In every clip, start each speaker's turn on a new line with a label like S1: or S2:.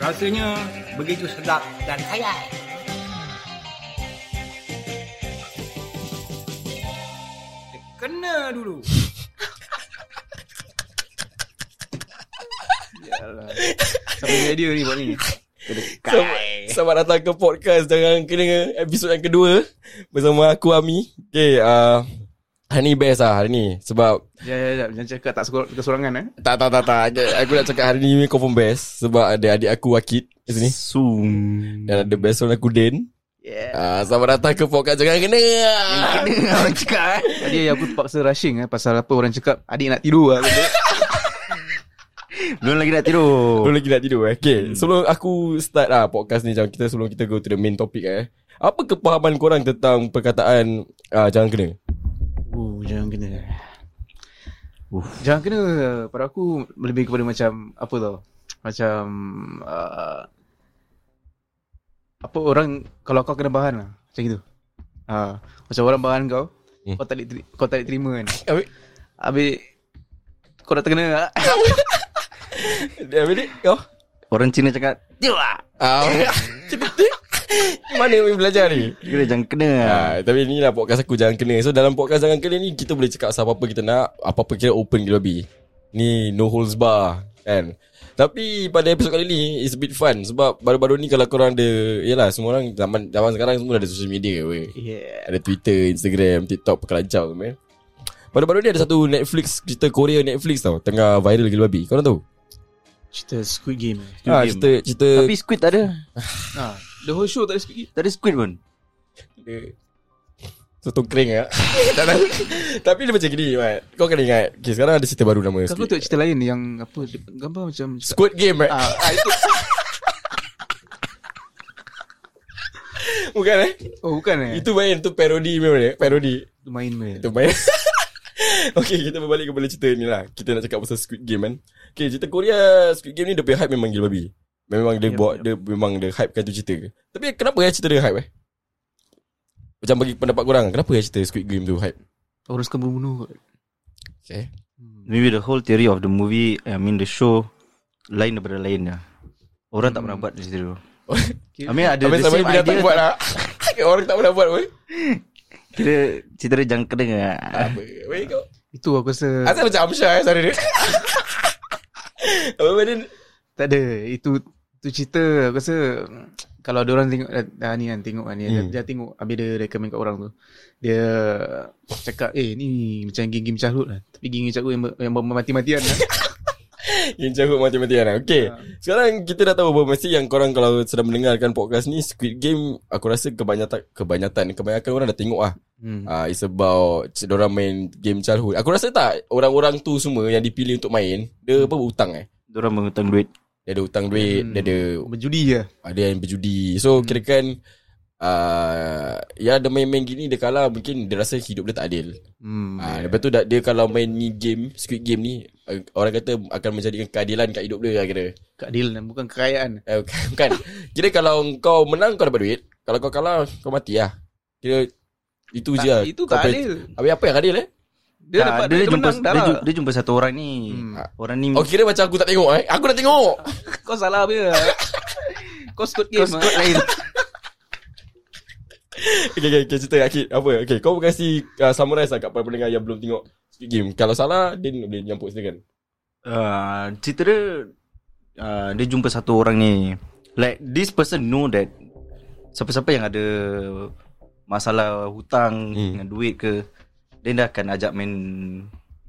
S1: Rasanya begitu sedap dan kaya. Kena dulu.
S2: Yalah. Sampai radio ni buat ni. Kedekat.
S3: Selamat, selamat datang ke podcast Jangan kena episod yang kedua Bersama aku Ami Okay uh, Hari ni best lah hari ni Sebab
S2: Ya, ya, ya. Jangan cakap tak sekor- kesorangan eh.
S3: Tak tak tak tak Aku nak cakap hari ni confirm best Sebab ada adik aku Akid Di sini
S2: Zoom.
S3: Dan ada best friend aku Dan
S2: Yeah.
S3: uh, Selamat datang ke podcast Jangan kena
S2: Kena orang cakap eh. Tadi aku terpaksa rushing eh. Pasal apa orang cakap. Adik nak tidur lah. benda.
S4: Belum lagi nak tidur.
S3: Belum lagi nak tidur eh Okay Sebelum aku start lah podcast ni Jangan kita sebelum kita go to the main topic eh Apa kepahaman korang tentang perkataan uh, Jangan kena
S2: Oh, jangan kena. Uh. Jangan kena pada aku lebih kepada macam apa tau. Macam uh, apa orang kalau kau kena bahan lah macam gitu. Ha, macam orang bahan kau,
S3: Hmm.
S4: Eh.
S2: hmm. kau tak boleh teri- kau tak boleh terima kan.
S3: Habis
S2: Habis kau dah terkena lah.
S3: Habis ni kau
S4: Orang Cina cakap, tidur lah.
S3: Ah, eh? Mana yang belajar ni
S4: Kira jangan kena.
S3: Ha, tapi ni lah podcast aku Jangan Kena So dalam podcast Jangan Kena ni Kita boleh cakap pasal apa-apa kita nak Apa-apa kita open gila babi Ni no holds bar Kan Tapi pada episod kali ni It's a bit fun Sebab baru-baru ni Kalau korang ada Yelah semua orang Zaman, zaman sekarang semua ada social media weh.
S2: Yeah.
S3: Ada Twitter, Instagram, TikTok Pekelancau man. Baru-baru ni ada satu Netflix Cerita Korea Netflix tau Tengah viral gila babi Korang tahu?
S2: Cerita Squid Game.
S3: Ha, cerita, cerita
S4: Tapi Eh, squid tak ada.
S2: Ha, the whole show tak ada Squid Game.
S4: Tak ada squid pun.
S3: Dia Sotong kering lah Tak tahu Tapi dia macam gini Mat Kau kena ingat Okay sekarang ada cerita baru nama
S2: Kau aku
S3: sikit.
S2: tengok cerita lain yang apa dia- gambar macam
S3: Squid Game Mat
S2: Ah, ah, itu.
S3: Bukan eh
S2: Oh bukan eh.
S3: Itu main Itu parodi memang dia Parodi
S2: Itu main main.
S3: Itu main Okay kita berbalik kepada cerita ni lah Kita nak cakap pasal Squid Game kan Okay cerita Korea Squid Game ni dia punya hype memang gila babi Memang dia
S2: Yep,
S3: buat
S2: yep.
S3: Dia memang dia hype kan tu cerita Tapi kenapa ya cerita dia hype eh Macam bagi pendapat korang Kenapa ya cerita Squid Game tu hype
S2: Orang suka bunuh.
S3: Okay
S4: Maybe the whole theory of the movie, I mean the show, lain daripada lain lah. Orang tak pernah buat cerita tu. I mean ada
S3: Tapi
S4: the
S3: sampai
S4: same
S3: bila tak
S4: idea.
S3: buat lah Orang tak pernah buat weh
S4: Kira cerita dia jangan kena.
S3: Apa Weh kau
S2: Itu aku rasa
S3: Asal macam Amsyar eh Suara dia Apa benda ni?
S2: tak ada. Itu itu cerita aku rasa mm, kalau ada orang tengok dah, dah ni kan tengok kan dia,
S3: Hmm.
S2: dia, dia tengok habis dia recommend kat orang tu. Dia cakap eh ni macam game-game childhood lah. Tapi game-game childhood yang, ber- yang ber- mati-matian lah.
S3: Yang jauh mati-matian lah Okay
S2: Ya.
S3: Sekarang kita dah tahu apa Mesti yang korang Kalau sedang mendengarkan podcast ni Squid Game Aku rasa kebanyakan Kebanyakan Kebanyakan orang dah tengok lah
S2: hmm.
S3: uh, It's about c- Diorang main game childhood Aku rasa tak Orang-orang tu semua Yang dipilih untuk main Dia apa hutang eh
S4: Orang mengutang duit.
S3: Dia ada hutang duit
S2: Hmm.
S3: Dia ada
S2: Berjudi lah.
S3: Ada yang berjudi So
S2: Hmm.
S3: kira kan uh, Ya dia main-main gini Dia kalah Mungkin dia rasa hidup dia tak adil
S2: Hmm.
S3: Ah, lepas tu dah, dia kalau main ni game Squid Game ni uh, Orang kata akan menjadikan keadilan kat hidup dia lah kira
S2: Keadilan bukan kekayaan.
S3: eh, bukan, bukan Kira kalau kau menang kau dapat duit Kalau kau kalah kau mati lah Kira itu je lah
S2: Tak, itu tak
S3: Kau
S2: adil.
S3: pe- Habis apa yang adil eh?
S2: Dia
S4: tak,
S2: dapat
S4: Ah, dia, dia, jumpa,
S2: menang dah
S4: dia,
S2: lah.
S4: jumpa, dia jumpa satu orang ni.
S2: Hmm.
S4: Orang ni
S3: Oh kira macam aku tak tengok eh Aku dah tengok
S2: Kau salah apa lah. Kau skut game
S4: Kau
S2: lah.
S4: skut lain.
S3: Okay okay, okay cerita Akid Apa okay kau kasi uh, summarize lah kat para pendengar yang belum tengok Squid Game Kalau salah dia boleh nyampuk silakan
S4: uh, cerita dia uh, dia jumpa satu orang ni like this person know that siapa-siapa yang ada masalah hutang
S3: Hmm.
S4: hmm. dengan duit ke dia dah akan ajak main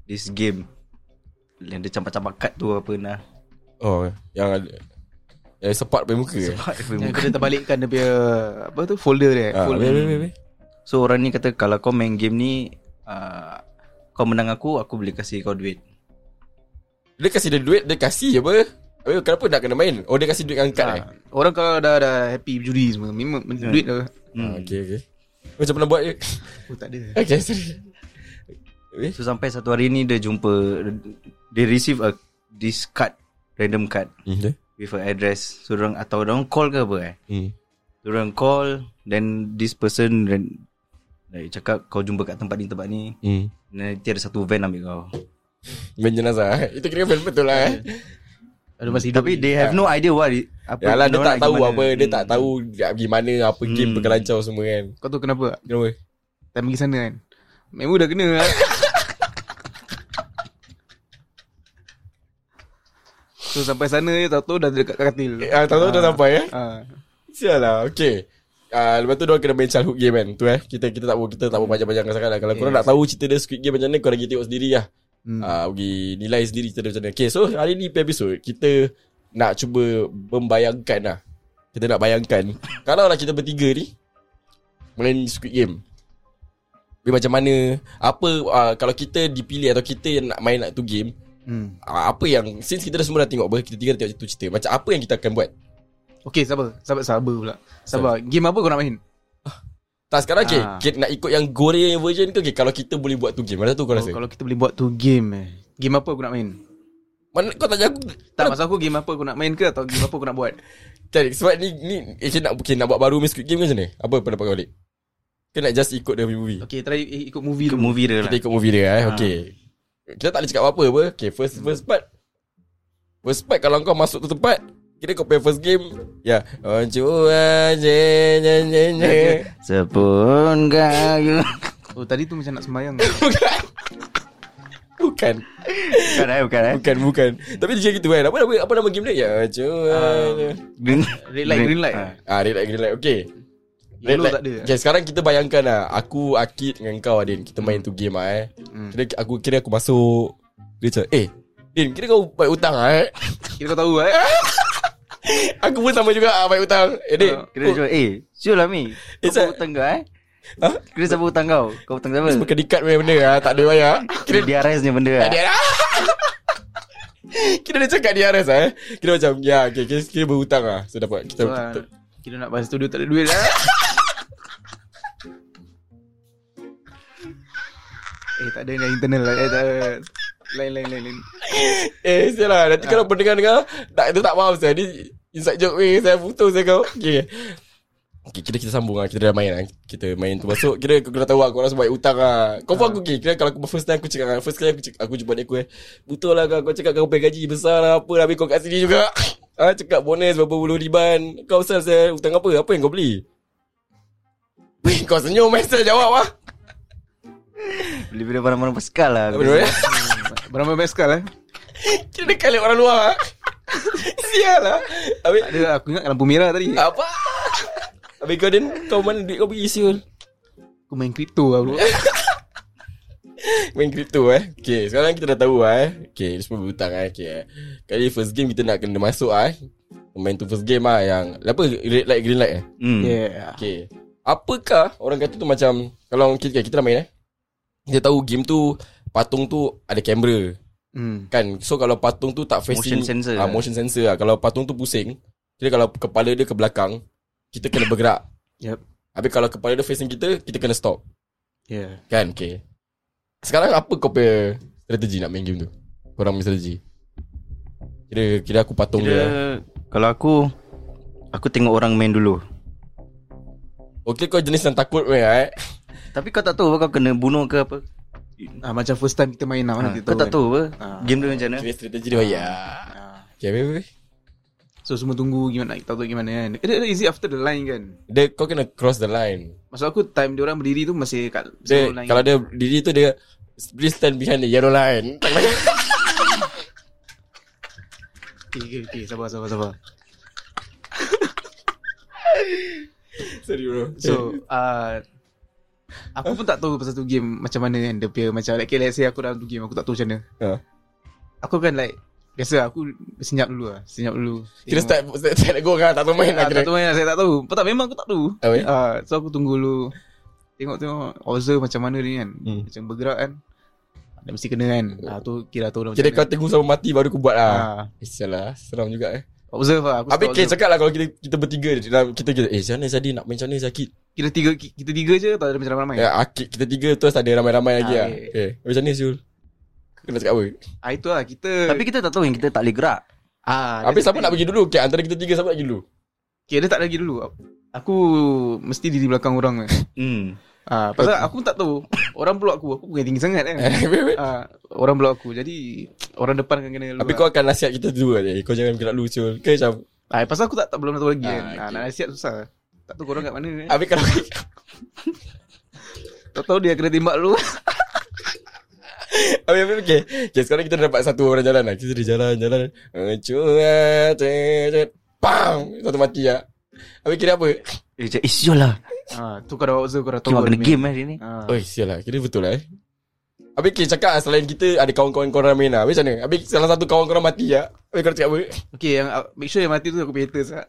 S4: this game yang dia campak-campak kad tu apa nah
S3: Oh yang ada Yang sepat pakai muka eh?
S4: sebab dia
S2: Yang
S4: muka.
S2: kena terbalikkan dia punya apa tu folder dia.
S3: Ah,
S2: folder.
S3: habis, habis, habis, habis.
S4: so orang ni kata kalau kau main game ni uh, kau menang aku aku boleh kasih kau duit
S3: Dia kasi dia duit Dia kasih apa Habis kenapa nak kena main Oh dia kasi duit angkat
S2: Ah,
S3: eh
S2: Orang kalau dah dah happy judi semua memang yeah. duit dah.
S3: Hmm.
S4: hmm.
S3: Okay, okay. Macam pernah buat je.
S2: Oh tak ada.
S3: Okay, sorry. Eh,
S4: so sampai satu hari ni dia jumpa dia receive a this card random card
S3: hmm.
S4: with her address so orang atau orang call ke apa eh
S3: Hmm.
S4: orang call then this person ran- like cakap kau jumpa kat tempat ni tempat ni
S3: Hmm.
S4: nanti ada satu van ambil kau
S3: Main jenazah. eh. Itu kira fan betul lah eh.
S2: Ada masa hidup
S4: Tapi
S2: ni.
S4: they have no idea what it, apa
S3: Yalah lah, dia
S4: diorang
S3: tak
S4: nak
S3: tahu
S4: gimana.
S3: apa Dia tak
S4: Hmm.
S3: tahu nak pergi mana Apa game
S4: Hmm.
S3: berkelancau semua kan
S2: Kau tahu kenapa tak?
S3: Kenapa?
S2: Time pergi sana kan Memang dah kena lah So sampai sana je Tahu-tahu dah dekat katil
S3: Ah, tahu dah sampai eh
S2: ha.
S3: Sial lah Okay Ah, lepas tu dia kena main childhood game kan tu eh kita kita tak kita tak mau panjang-panjang sangat lah kalau korang nak tahu cerita dia Squid Game macam mana korang pergi tengok sendiri lah hmm. pergi nilai sendiri cerita dia macam mana okay so hari ni punya episod kita nak cuba membayangkan lah kita nak bayangkan kalau lah kita bertiga ni main Squid Game dia macam mana apa ah, kalau kita dipilih atau kita yang nak main nak tu game
S2: hmm.
S3: ah, apa yang since kita dah semua dah tengok apa kita tiga dah tengok tu cerita macam apa yang kita akan buat
S2: Okay sabar Sabar sabar pula Sabar Game apa kau nak main
S3: tak sekarang okay,
S2: Ah.
S3: kita nak ikut yang goreng version ke okay, kalau kita boleh buat tu game mana tu kau
S2: oh,
S3: rasa
S2: Kalau kita boleh buat tu game eh. Game apa aku nak main
S3: mana kau tanya aku
S2: Tak maksud aku game apa aku nak main ke Atau game apa aku nak buat
S3: tak sebab ni ni eh, kita nak okay, nak buat baru Miss Squid Game ke macam ni apa pendapat kau balik kita nak just ikut dia punya movie
S2: Okay try i- ikut movie
S4: Ikut
S2: dulu
S4: movie dia lah
S3: kita ikut movie dia
S2: Ah.
S3: eh okay kita tak boleh cakap apa-apa apa okay first first part first part kalau kau masuk tu tempat kira kau play first game ya oh cua je je je je
S4: Sepun kayu
S2: Oh tadi tu macam nak sembahyang
S3: bukan bukan
S4: Bukan eh Bukan eh
S3: Bukan bukan Tapi dia cakap gitu kan Apa nama, apa nama game dia Ya
S2: Ah.
S3: cua
S4: Green
S2: Red light green light
S3: Ah red light green light Okay Red
S2: Yellow
S3: light
S2: tak ada eh?
S3: Okay sekarang kita bayangkan lah Aku Akid dengan kau Adin Kita
S2: Hmm.
S3: main tu game lah eh Kira aku kira aku masuk Dia cakap Eh Din kira kau baik utang lah eh
S2: Kira kau tahu eh
S3: Aku pun sama juga ah, baik utang Eh Din
S2: Ah,
S4: Kira cakap Eh Syul lah Mi Kau
S3: It's a-
S4: bawa hutang kau eh
S3: Ha?
S4: Kira siapa hutang kau Kau hutang siapa
S3: Semua kedikat punya benda lah Tak ada banyak
S4: Kira DRS ni benda lah
S3: Tak ada lah Kira dia cakap dia aras lah eh Kira macam Ya okay, kira, kira berhutang lah So dapat kita,
S2: So,
S3: kita
S2: ah, Kira nak bahas studio tak ada duit lah Eh tak ada yang internal lah Eh tak ada Lain lain lain, lain.
S3: Eh sial lah Nanti kalau pendengar dengar tak, Dia tak faham saya Ni inside joke weh Saya putus saya kau Okay Okay kira kita sambung lah Kita dah main lah Kita main tu masuk Kira aku dah tahu lah Korang semua baik hutang lah Kau faham aku okay Kira kalau aku first time aku cakap dengan- First kali aku cakap Aku jumpa dia aku eh Betul lah kau Kau cakap kau pay gaji besar lah Apa lah Habis kau kat sini juga Ah, cakap bonus berapa puluh riban Kau pasal saya hutang apa Apa yang kau beli Weh kau senyum eh Saya jawab lah
S4: Beli benda barang-barang Pascal lah
S2: eh?
S3: Apa dia? eh?
S2: Berapa baskal eh
S3: Kira dia kalik orang luar ah. Sial lah Habis
S2: Tak ada aku ingat lampu merah tadi
S3: Apa? Habis kau dan kau mana duit kau pergi siul
S2: Aku main kripto lah bro
S3: Main kripto eh Okay sekarang kita dah tahu lah eh Okay ni semua berhutang eh Okay eh. Kali first game kita nak kena masuk lah eh Main tu first game lah yang Apa red light green light eh
S4: Hmm.
S2: Yeah
S3: Okay Apakah orang kata tu macam Kalau kita, kita dah main eh Kita tahu game tu Patung tu ada kamera
S2: hmm.
S3: Kan So kalau patung tu tak facing
S4: Motion sensor
S3: ah,
S4: lah.
S3: Motion sensor lah Kalau patung tu pusing Kira kalau kepala dia ke belakang Kita kena bergerak
S2: Yep
S3: Habis kalau kepala dia facing kita Kita kena stop
S2: Yeah
S3: Kan okay Sekarang apa kau punya Strategi nak main game tu Korang punya strategi Kira kira aku patung
S4: Kira
S3: dia
S4: Kalau aku Aku tengok orang main dulu
S3: Okay kau jenis yang takut weh eh
S4: Tapi kau tak tahu apa Kau kena bunuh ke apa
S2: ah, Macam first time kita main lah Mana
S4: ha,
S2: kita
S4: Kau tak tahu apa
S2: Ah.
S4: Game dia macam mana
S3: Kira strategi dia ya.
S2: kan? Ah.
S3: Okay weh weh
S2: So semua tunggu Gimana nak tahu gimana kan Eh, eh, Is it after the line kan
S3: Dia kau kena cross the line
S2: Maksud aku time diorang berdiri tu Masih kat
S3: Dia
S2: sebelum line.
S3: kalau dia diri tu dia Please stand behind the yellow line
S2: Okay okay, okay. Sabar sabar sabar
S3: Sorry bro Ha.
S2: So uh, Aku pun tak tahu pasal tu game Macam mana kan Dia punya macam like, okay, Let's say aku dalam tu game Aku tak tahu macam mana
S3: Ha.
S2: Aku kan like Biasa aku senyap dulu lah Senyap dulu
S3: Kira
S2: Tengok.
S3: start start, start go kan tak tahu main
S2: ah,
S3: lah
S2: Tak
S3: kira.
S2: tahu mana Saya tak tahu Betul tak memang aku tak tahu
S3: Apa ya?
S2: Ah, So aku tunggu dulu Tengok-tengok Observe macam mana ni kan
S3: Hmm.
S2: Macam bergerak kan Dia mesti kena kan ah, Tu kira tahu dah macam
S3: Kira kau
S2: mana
S3: tunggu sampai mati baru kau buat lah.
S2: ah,
S3: Eh, sial lah, seram juga eh.
S2: Observe lah aku
S3: Habis
S2: suka
S3: kira
S2: observe.
S3: cakap lah kalau kita kita bertiga di dalam kita kita eh macam mana Sadi nak main macam mana Zakit?
S2: Kira tiga Kita tiga je Atau ada macam ramai-ramai
S3: Ya, akik kita tiga terus ada ramai-ramai lagi
S2: Ah,
S3: ah.
S2: eh.
S3: Okay. Macam ni Zul. Kau nak cakap apa?
S2: ah, Itu lah kita
S4: Tapi kita tak tahu Yang kita tak boleh gerak
S2: ah,
S3: Habis siapa nak pergi dulu? Okay, antara kita tiga siapa nak pergi dulu?
S2: Okay dia tak lagi dulu Aku Mesti diri belakang orang lah
S4: Hmm
S2: Ah, pasal aku pun tak tahu Orang blok aku Aku bukan tinggi sangat kan ah, Orang blok aku Jadi Orang depan kan kena
S3: Habis kau akan nasihat kita dua ni Kau jangan gerak lucul Ke macam
S2: ah, Pasal aku tak, tak belum tahu lagi kan
S3: Ah,
S2: ah, Nak nasihat susah Tak tahu korang kat mana kan
S3: Habis kalau
S2: Tak tahu dia kena tembak lu
S3: Habis habis okay. okay sekarang kita dapat satu orang jalan lah Kita dah jalan jalan Eh, cuat, cuat, cuat. Pam Satu mati lah Habis kira apa
S4: Eh, cak, eh, sial lah.
S2: ah, Tu kau dah buat kau dah tahu
S4: Kau
S2: kau
S4: kena
S2: ada
S4: game eh hari ni.
S2: ah.
S3: Oi sial lah Kira betul lah eh Habis okay, cakap lah, Selain kita Ada kawan-kawan korang main lah Habis macam mana Habis salah satu kawan korang mati lah Habis korang cakap apa
S2: Okay yang, ah, Make sure yang mati tu aku punya haters lah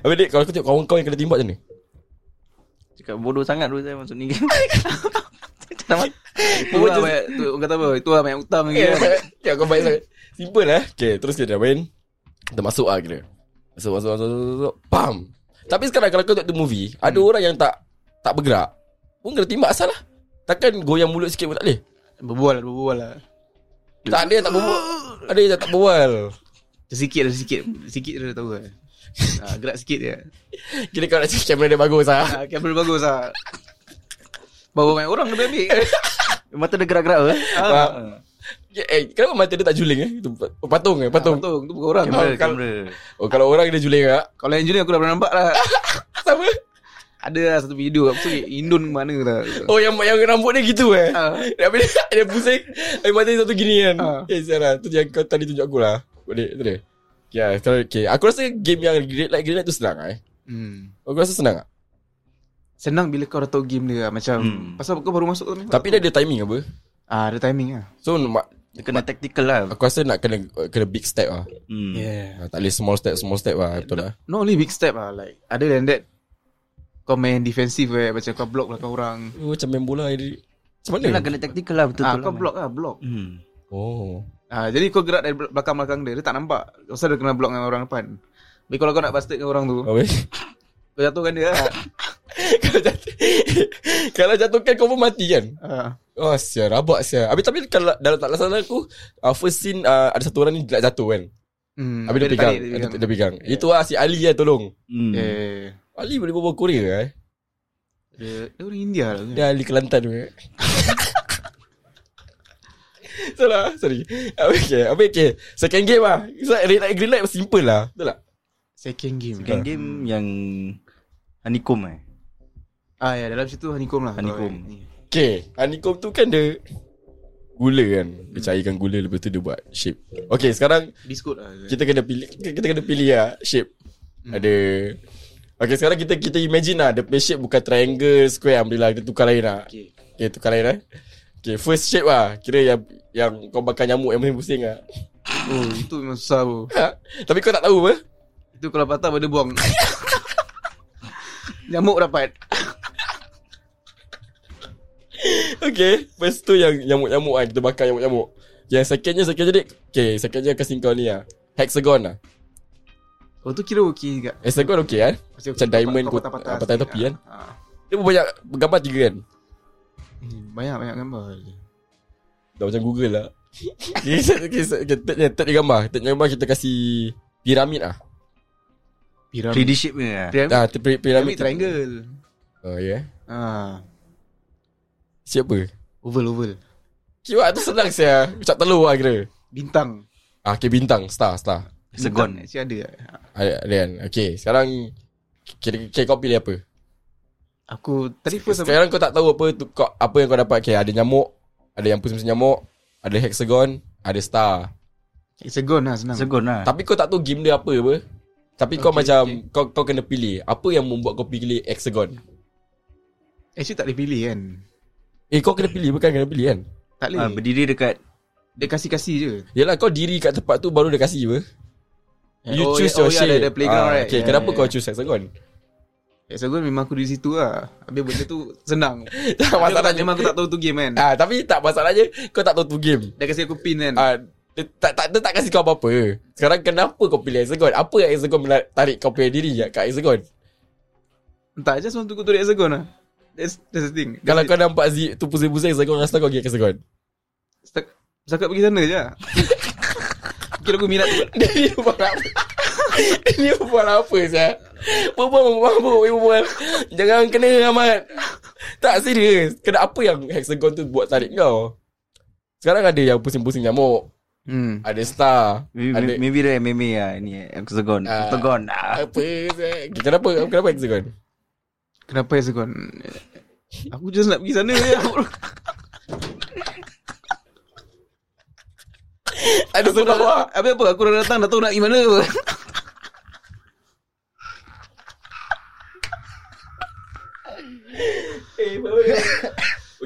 S3: Habis dek Kalau aku tengok kawan-kawan yang kena timbak macam mana
S4: Cakap bodoh sangat dulu saya masuk ni game. Tak nak makan.
S2: Itu lah banyak tu, Orang kata apa Itu lah banyak hutang lagi kan.
S3: Ya kau baik sangat Simple lah Okay terus dia dah main Kita masuk lah kira Masuk masuk masuk, masuk, masuk. Pam Tapi sekarang kalau kau tengok the movie Ada orang yang tak Tak bergerak Pun kena timbak asal lah Takkan goyang mulut sikit pun tak boleh
S2: Berbual lah Berbual lah
S3: Tak ada yang tak berbual Ada yang tak berbual
S2: Sikit lah sikit Sikit dia dah tahu lah ah, Gerak sikit je
S3: Kira kau nak cakap kamera dia bagus lah
S2: ah, Kamera bagus lah Bawa banyak orang kena ambil
S4: Mata dia gerak-gerak ke?
S2: Ha.
S3: Faham? Eh, Eh, kenapa mata dia tak juling eh? Itu pat- oh, Patung eh? Patung.
S2: Ah, Patung tu bukan orang
S4: Kamera,
S3: Oh, kalau-
S4: kamera.
S3: Oh, kalau orang dia juling tak?
S2: Kalau yang junior aku dah pernah nampak lah
S3: Sama?
S2: Ada lah satu video kat Pusat Indon ke mana lah
S3: Oh, yang yang rambut dia gitu eh?
S2: Ah.
S3: Habis dia, dia pusing. Habis mata dia satu gini kan?
S2: Ah.
S3: Eh, Sarah. Tu yang kau tadi tunjuk aku lah. Boleh, tu dia. Ya, sekarang okay. Aku rasa game yang Green Light, Green Light tu senang lah, eh?
S2: hmm.
S3: Aku rasa senang lah. tak?
S2: Senang bila kau dah tahu game dia lah. Macam
S4: Hmm.
S2: Pasal kau baru masuk tu ni
S3: Tapi dia ada timing apa?
S2: ah, Ada timing lah
S3: So, ma-
S4: Dia kena tactical lah.
S3: aku rasa nak kena kena big step lah.
S4: Hmm.
S2: Yeah
S3: Ah, Tak boleh small step, small step lah. Betul lah.
S2: Not only big step lah Like Other than that Kau main defensive eh Macam kau block lah kau orang
S3: Oh, macam main bola. dia- Macam
S4: Dia
S3: mana?
S4: nak kena tactical lah betul
S2: ah,
S4: lah,
S2: Kau
S4: man.
S2: block lah block
S4: Hmm.
S3: Oh.
S2: ah, Jadi kau gerak dari belakang-belakang dia Dia tak nampak Pasal dia kena block dengan orang depan Tapi kalau kau nak bastard dengan orang tu
S3: Habis?
S2: Kau jatuhkan dia lah
S3: Kalau jatuh Kalau jatuhkan kau pun mati kan
S2: ah.
S3: Oh sial rabak sial Habis tapi kalau dalam tak salah aku uh, First scene uh, ada satu orang ni nak jatuh kan
S2: hmm.
S3: Habis dia, pegang,
S2: tarik,
S3: dia pegang, dia, pegang. Itu lah si Ali lah tolong
S4: Hmm.
S2: Yeah
S3: Ali boleh berbual Korea eh
S2: Eh, Dia, dia orang India lah kan?
S3: Dia Ali Kelantan eh? punya Salah lah, sorry Habis okay, habis okay Second game lah so, Red light green light simple lah Betul tak?
S2: Second game
S4: Bukan game yang Honeycomb eh.
S2: Ah ya dalam situ honeycomb lah
S4: Honeycomb.
S2: Kau-
S3: Okay Honeycomb tu kan dia Gula kan Dia cairkan gula Lepas tu dia buat shape Okay sekarang
S2: Biskut lah
S3: kita kena pilih kita kena pilih lah shape hmm. ada Okay sekarang kita kita imagine lah The punya shape bukan triangle Square Alhamdulillah Kita tukar lain lah Okay,
S2: Okay
S3: okay tukar lain lah Okay first shape lah Kira yang Yang kau bakar nyamuk Yang paling pusing lah
S2: Oh itu memang susah bro
S3: Ha? Tapi kau tak tahu apa
S2: Itu kalau patah pada buang Nyamuk dapat
S3: Okay First tu yang Nyamuk-nyamuk kan Kita bakar nyamuk-nyamuk Yang secondnya Secondnya dik Okay secondnya kasih kau ni lah Hexagon lah
S2: Oh tu kira okey juga
S3: Hexagon okay kan Macam
S2: kau-
S3: diamond
S2: kau
S3: kot-
S2: patah-patah
S3: ah, patah
S2: sikit,
S3: tepi
S2: ah.
S3: kan?
S2: Ah.
S3: Dia pun banyak Gambar tiga kan
S2: Eh, Banyak-banyak gambar je.
S3: Dah macam Google lah okay, okay, okay, okay, third, dia- third dia gambar Third dia gambar kita kasih Piramid lah
S2: Piramid
S4: 3D shape ni lah.
S2: Piramid,
S3: Ah, tri-
S2: piramid
S3: piramid
S2: triangle
S3: Oh ya yeah.
S2: ah.
S3: Siapa?
S2: Oval oval
S3: Kiwak tu senang saya Ucap telur lah kira
S2: Bintang
S3: ah, Okay bintang Star star
S4: Hexagon.
S2: Bintang Actually ada Ah,
S3: Ada ada kan Okay sekarang Kira kira kau pilih apa?
S2: Aku Tadi first apa
S3: Sekarang kau tak tahu apa tu, kau, Apa yang kau dapat Okay ada nyamuk Ada yang pusing nyamuk Ada hexagon Ada star
S2: Hexagon lah senang
S4: Hexagon lah.
S3: Tapi kau tak tahu game dia apa apa Tapi kau
S2: Okay,
S3: macam
S2: okay.
S3: kau, kau kena pilih Apa yang membuat kau pilih hexagon
S2: Actually tak boleh pilih kan
S3: Eh kau kena pilih Bukan kena pilih kan
S2: Tak boleh
S4: Ah, berdiri dekat
S2: Dia kasih-kasih je
S3: Yelah kau diri kat tempat tu Baru dia kasih apa You
S2: Eh, Oh,
S3: choose
S2: ya-
S3: your
S2: oh, ya,
S3: shape
S2: ada- ada playground, right?
S3: Okay
S2: Ya,
S3: kenapa
S2: ya,
S3: kau
S2: ya.
S3: choose hexagon
S2: Hexagon memang aku di situ lah Habis benda tu senang
S3: Tak
S2: Memang aku
S3: masalah
S2: tak- Memang aku tak tahu tu game kan
S3: Ah, tapi tak masalahnya kau tak tahu tu game.
S2: Dia kasi aku pin kan
S3: Ah, dia, tak tak dia tak kasi kau apa-apa. Sekarang kenapa kau pilih hexagon? Apa yang hexagon menarik tarik kau punya diri ya kat hexagon?
S2: Entah just want to go to the hexagon lah That's, that's the thing
S3: Kalau
S2: That's
S3: kau nampak Z tu pusing-pusing hexagon rasa kau pergi hexagon.
S2: it. Setakat, setakat pergi sana je lah. Kira aku minat tu
S3: Dia ni buat apa? Dia ni buat apa saya? Berbual Berbual Berbual Jangan kena Ahmad Tak serius Kena apa yang Hexagon tu buat tarik kau Sekarang ada yang pusing-pusing nyamuk
S2: Hmm.
S3: Ada star
S4: Maybe,
S3: Ada
S4: maybe dia MMA lah Ni Hexagon
S3: Ah.
S4: Hexagon ah.
S3: Apa Kenapa Kenapa hexagon
S2: Kenapa Hexagon? Aku just nak pergi sana je.
S3: Ada sebab lah
S2: Habis apa? Aku dah datang, dah tahu nak pergi mana.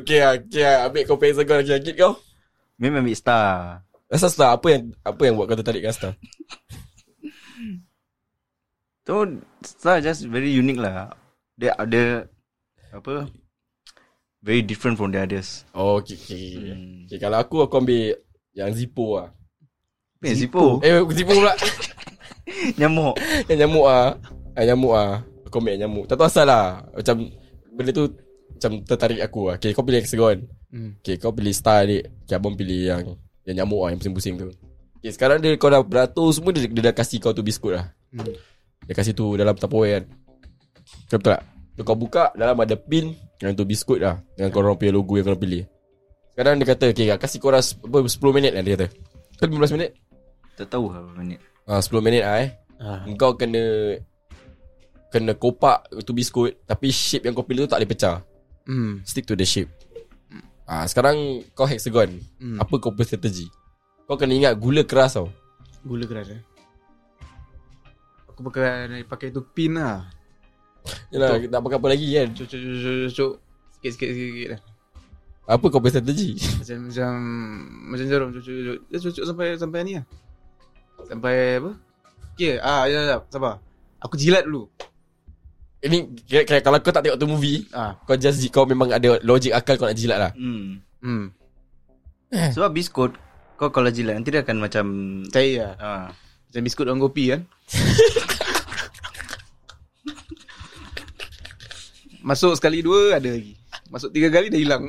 S3: Okay lah Okay lah Ambil kau punya hexagon Lagi-lagi kau
S4: Memang ambil star
S3: Rasa star lah, Apa yang Apa yang buat kau tertarik dengan star
S4: So star just very unique lah Dia ada Apa Very different from the others
S3: Oh okay, okay.
S4: Hmm.
S3: okay Kalau aku Aku ambil Yang Zippo lah
S4: Eh Zippo Eh,
S3: Eh Zippo pula
S4: Nyamuk
S3: Yang nyamuk ah. Yang nyamuk ah. Kau ambil yang nyamuk. Tak tahu asal lah. Macam benda tu macam tertarik aku lah. Okay, kau pilih hexagon.
S2: Hmm.
S3: Okay, kau pilih star adik. Okay, abang pilih yang yang nyamuk lah, yang pusing-pusing tu. Okay, sekarang dia kau dah beratur semua, dia, dia dah kasih kau tu biskut lah.
S2: Hmm.
S3: Dia kasih tu dalam tupperware kan. Kau betul tak? Tu kau buka, dalam ada pin yang tu biskut lah. Dengan korang punya logo yang korang pilih. Sekarang dia kata, okay, kasih korang sep- apa, 10 minit lah dia kata. Kau 15 minit?
S4: Tak tahu lah berapa minit
S3: Ah, 10 minit lah eh
S2: Ah.
S3: Kau kena Kena kopak tu biskut Tapi shape yang kau pilih tu tak boleh pecah
S2: Hmm.
S3: Stick to the shape ah, Sekarang kau hexagon
S2: Hmm.
S3: Apa kau punya strategi Kau kena ingat gula keras tau
S2: Gula keras eh. Aku pakai pakai tu pin lah.
S3: Yalah tak pakai apa lagi kan
S2: Cuk cuk cuk cuk, cuk cuk. Sikit sikit sikit, sikit lah.
S3: Apa kau punya strategi
S2: Macam macam macam jarum cuk cuk cuk, cuk. Dia cucuk sampai sampai ni lah. Sampai apa? Okay, ah, ya, ya, sabar. Aku jilat dulu.
S3: Ini kira, kira, kalau kau tak tengok tu movie
S2: Ah,
S3: Kau just kau memang ada logik akal kau nak jilat lah
S4: hmm.
S2: hmm.
S3: Eh.
S4: Sebab biskut Kau kalau jilat Nanti dia akan macam
S2: Cair lah.
S4: ah.
S2: Macam biskut dengan kopi kan. Masuk sekali dua ada lagi. Masuk tiga kali dah hilang.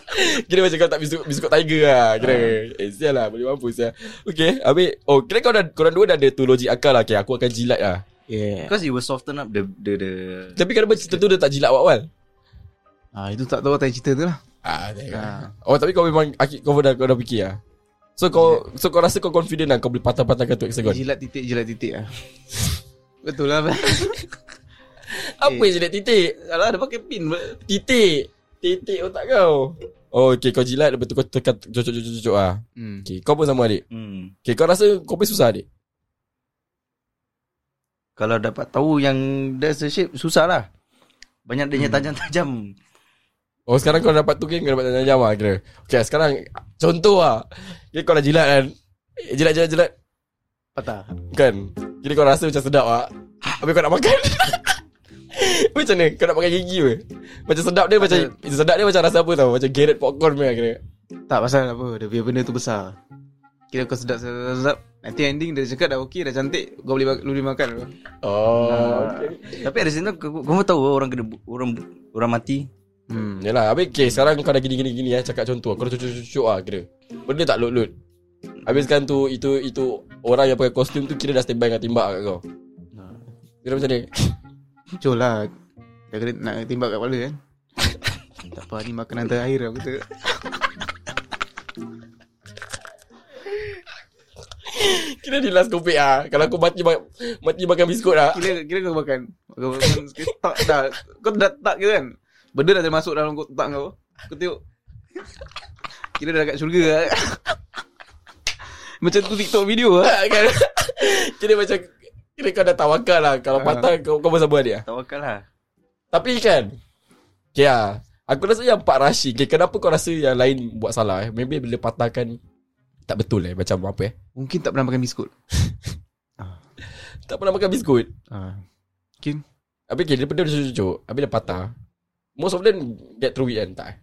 S3: Kira macam kau tak biskut, biskut tiger lah Kira Eh sial lah boleh mampus lah Okay habis Oh kira kau dah, korang dua dah ada tu logik akal lah Okay aku akan jilat lah
S2: Yeah.
S4: Because it will soften up the the, the
S3: Tapi kenapa cerita tu dia tak jilat awal-awal
S2: Ah, itu tak tahu tanya cerita tu lah.
S3: Ah, tengok.
S2: Ah.
S3: Oh, tapi kau memang akid kau dah kau dah fikir ah. So kau so kau rasa kau confident lah kau boleh patah-patahkan tu hexagon.
S2: Jilat titik, jilat titik lah. Betul lah. Abang.
S3: Apa yang jilat titik?
S2: Alah, ada pakai pin. Abang.
S3: Titik. Titik otak kau. Oh, okay, kau jilat lepas tu kau tekan cocok-cocok ah.
S2: Hmm.
S3: Okay, kau pun sama adik.
S4: hmm.
S3: Okay, kau rasa kau pun susah adik.
S4: Kalau dapat tahu yang That's the shape Susah lah Banyak dia punya
S3: Hmm.
S4: tajam-tajam
S3: Oh, sekarang kau dapat tu game kau dapat tajam lah kira. Okay, sekarang contoh ah. Okay, kau dah jilat kan. Eh, Jilat jilat jilat
S2: Patah.
S3: kan. Jadi kau rasa macam sedap ah. Habis kau nak makan. macam mana? Kau nak pakai gigi ke? Macam sedap dia macam sedap dia macam rasa apa tau? Macam Garrett popcorn punya kira.
S2: Tak pasal apa. Dia punya benda tu besar. Kira kau sedap, sedap, sedap. Nanti ending dia cakap dah okey, dah cantik. Kau boleh, mak- boleh makan. Abang.
S3: Oh, okay.
S4: Tapi ada sini kau, kau tahu orang kena bu- Orang orang mati
S2: Hmm.
S3: Yalah, habis okay, sekarang kau dah gini gini gini eh, cakap contoh. Kau dah cucuk-cucuk ah kira. Benda tak lut-lut. Habiskan tu itu itu orang yang pakai kostum tu kira dah standby dengan timbak kat kau. Kira macam ni.
S2: Col lah. Dah kena nak timbak kat kepala kan. tak apa, ni makanan terakhir aku tu.
S3: Kira di last kopi ah. Kalau aku mati ma- mati makan biskut ah.
S2: Kira, kira kau makan. Kau makan sikit. Tak dah. Kau dah tak kira kan. Benda dah termasuk dalam kau tak kau. Kau tengok. Kira dah kat syurga lah. Macam tu TikTok video lah.
S3: Tak, kan? Kira macam Kira kau dah tawakal lah Kalau
S2: Ah.
S3: patah kau, kau bersama dia
S4: Tawakal lah
S3: Tapi kan Okay lah Aku rasa yang Pak Rashid okay, Kenapa kau rasa yang lain buat salah eh? Maybe bila patahkan Tak betul eh Macam apa eh
S2: Mungkin tak pernah makan biskut.
S3: Tak pernah makan biskut
S2: Ha.
S3: Habis okay, dia benda cucuk-cucuk Habis dia patah Most of them get through it kan tak eh?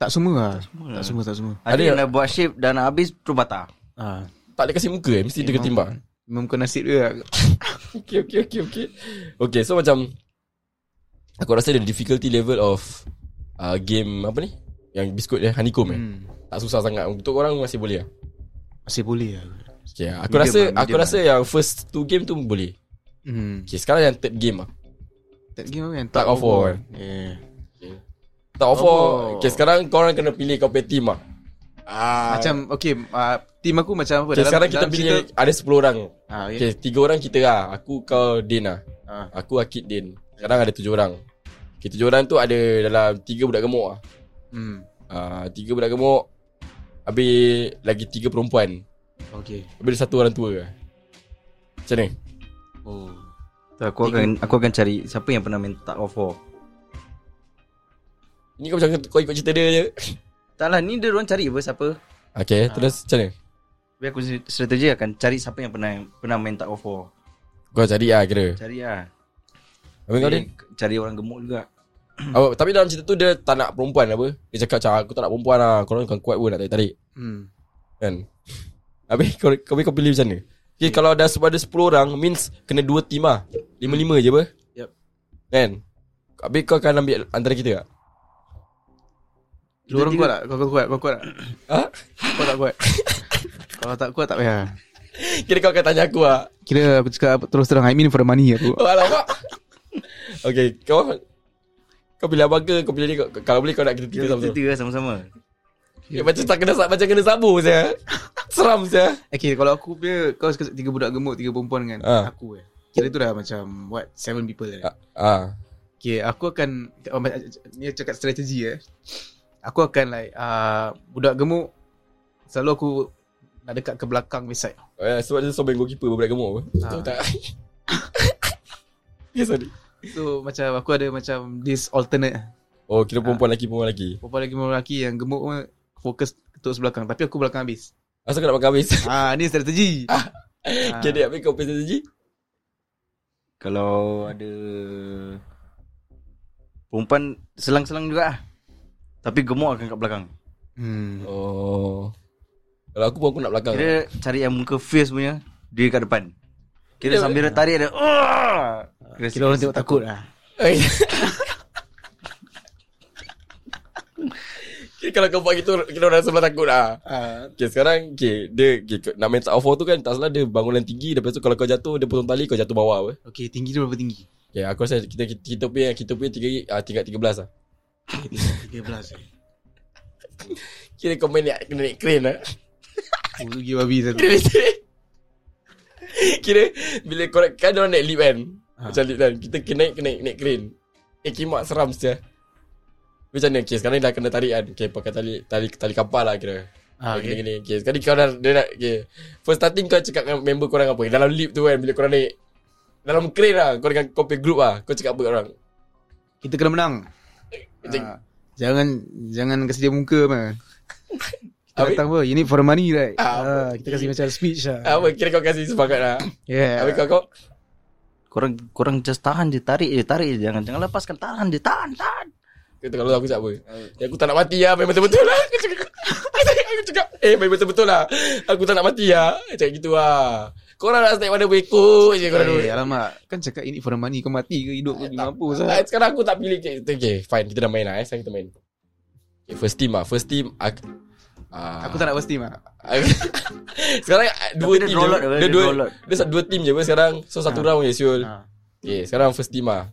S2: Tak semua lah.
S4: lah.
S2: Tak semua, tak semua.
S4: Ada
S3: Ada-
S4: yang dah buat shape Dah nak habis Terus patah
S2: Ha.
S3: Tak boleh kasih muka eh Mesti dia
S2: Memang-
S3: kena timbak
S2: Memang kau nasib dia lah.
S3: Okay okay okay okay Okay so macam Aku rasa the difficulty level of uh, Game apa ni Yang biskut eh Honeycomb eh
S2: Hmm.
S3: Tak susah sangat Untuk orang masih boleh lah
S2: Masih boleh lah.
S3: okay, Aku
S4: Medium
S3: rasa
S4: lah,
S3: Aku
S4: medium
S3: rasa yang first two game tu boleh
S2: Hmm.
S3: Okay sekarang yang third game lah
S2: Tak game apa kan?
S3: Tug of War.
S2: Yeah.
S3: Tak of
S2: Oh.
S3: War Okay sekarang korang kena pilih kau punya team lah Ah,
S2: Macam okay, uh, team aku macam apa?
S3: okay, sekarang kita pilih
S2: cerita-
S3: Ada 10 orang
S2: Ah, okay.
S3: Okay tiga orang kita lah Aku kau Din lah
S2: Ah.
S3: Aku Akid Din Sekarang ada tujuh orang okay, Tujuh orang tu ada dalam Tiga budak gemuk lah
S2: Hmm.
S3: Ah, Tiga budak gemuk Habis Lagi tiga perempuan
S2: Okay.
S3: Habis ada satu orang tua lah Macam ni
S2: Oh.
S4: Tu, aku akan aku akan cari siapa yang pernah main Tug of War.
S3: Ini kau macam kau ikut cerita dia je
S4: Tak lah, ni dia orang cari apa siapa.
S3: Okay terus macam ni
S4: Tapi aku strategi akan cari siapa yang pernah pernah main Tug of War.
S3: Kau cari lah kira
S4: Cari lah.
S3: Habis kau Din
S4: Cari, cari orang gemuk juga.
S3: Oh, tapi dalam cerita tu dia tak nak perempuan apa. Dia cakap macam aku tak nak perempuan lah. Korang kan kuat pun nak tarik-tarik.
S2: Hmm.
S3: Kan? Habis kau, kau, kau pilih macam mana? Okay, kalau dah sebab ada 10 orang means kena 2 team lah. 5-5 je apa?
S2: Yup.
S3: Kan? Habis kau akan ambil antara kita tak?
S2: Lu orang kuat tak? Kau, kau kuat, kau kuat tak?
S3: Ha?
S2: Kau tak kuat. Kalau tak kuat tak payah.
S3: Kira kau akan tanya aku lah.
S2: Kira aku cakap terus terang I mean for the money aku.
S3: Oh, alamak. okay, kau... Kau pilih abang ke? Kau pilih dia? Kau- Kalau boleh kau nak kita tiga
S4: Kita
S3: sama-sama.
S4: tiga sama-sama.
S3: Eh, macam tak kena, macam kena sabu saya. Seram saya.
S2: Okay, kalau aku punya kau cakap tiga budak gemuk, tiga perempuan kan.
S3: Ah.
S2: Aku eh. Kira tu dah macam what seven people eh.
S3: Ah, ah.
S2: Okay, aku akan oh, ma- ni cakap strategi eh. Aku akan like uh, budak gemuk selalu aku nak dekat ke belakang punya side.
S3: Eh, sebab dia sobeng goalkeeper budak gemuk apa?
S2: Ah.
S3: Tahu tak? Ya, sorry.
S2: So macam aku ada macam this alternate
S3: Oh, kira perempuan lelaki perempuan lelaki.
S2: perempuan lagi perempuan lelaki yang gemuk pun fokus ketuk sebelah belakang tapi aku belakang habis.
S3: Asal kau nak makan habis?
S2: ah ni strategi.
S3: Okay, dia ambil kau pesan saji.
S4: Kalau ada perempuan selang-selang juga lah. Tapi gemuk akan kat belakang.
S2: Hmm.
S3: Oh. Kalau aku pun aku nak belakang.
S4: Kira cari yang muka fierce punya, dia kat depan. Kira
S3: Kira-
S4: sambil dia tarik dia. "Uah!"
S2: Kira orang tengok takut lah.
S3: Eh. kira kalau kau buat gitu, kira orang sebelah takut lah.
S2: Ah,
S3: Okay, sekarang okay, dia okay, kau- nak main tak off tu kan tak salah dia bangunan tinggi lepas tu kalau kau jatuh dia potong tali kau jatuh bawah apa.
S2: okay, tinggi tu berapa tinggi?
S3: Okay, aku rasa kita kita, kita punya kita punya tiga ah, tingkat 13 lah.
S2: Okay, tinggi 13 eh.
S3: Kira kau main naik, kena naik crane lah.
S2: Oh, tu gila babi satu.
S3: Kira Kira Bila korang Kan diorang naik lip kan ha. Macam lip kan Kita kena naik Naik, naik crane Eh kimak seram saja Macam mana Okay sekarang ni dah kena tarik kan Okay pakai tali Tali tali kapal lah kira
S2: Ah,
S3: okay.
S2: okay.
S3: Gini, gini. okay Sekarang ni kau dah dia nak, okay. First starting kau cakap dengan member korang apa Dalam lip tu kan Bila korang naik Dalam crane lah Kau dengan kau punya group lah Kau cakap apa kat orang
S2: Kita kena menang.
S3: Macam
S2: Ah, jangan jangan kasi dia muka mah. Kita
S3: Habis-
S2: datang apa? You need for money right? Ah,
S3: Ah,
S2: kita kasi macam speech lah.
S3: Apa kira kau kasi semangat lah
S2: Yeah.
S3: Habis kau kau
S4: Korang korang just tahan je, tarik je, tarik je. Jangan jangan lepaskan, tahan je, tahan, tahan.
S3: Kata kalau aku cakap apa ya, Aku tak nak mati lah Main betul-betul lah Aku cakap Aku cakap Eh main betul-betul lah Aku tak nak mati lah Cakap gitu lah Korang nak naik mana boleh Ikut je korang dulu
S2: Eh, alamak, kan cakap ini for the money kau mati ke hidup ke mampu
S3: Ah,
S2: sah.
S3: Sekarang aku tak pilih Okay, okay fine Kita dah main lah eh Sekarang kita main okay, First team lah First team aku, ah,
S2: Aku tak nak pasti mah.
S3: Sekarang ah, dua
S4: dia
S3: team
S4: draw
S3: je
S4: lot apa,
S3: Dia
S4: dia
S3: dua
S4: draw lot.
S3: Dia sa- dua team je apa sekarang So satu round je Syul
S2: Ah.
S3: Okay sekarang first team lah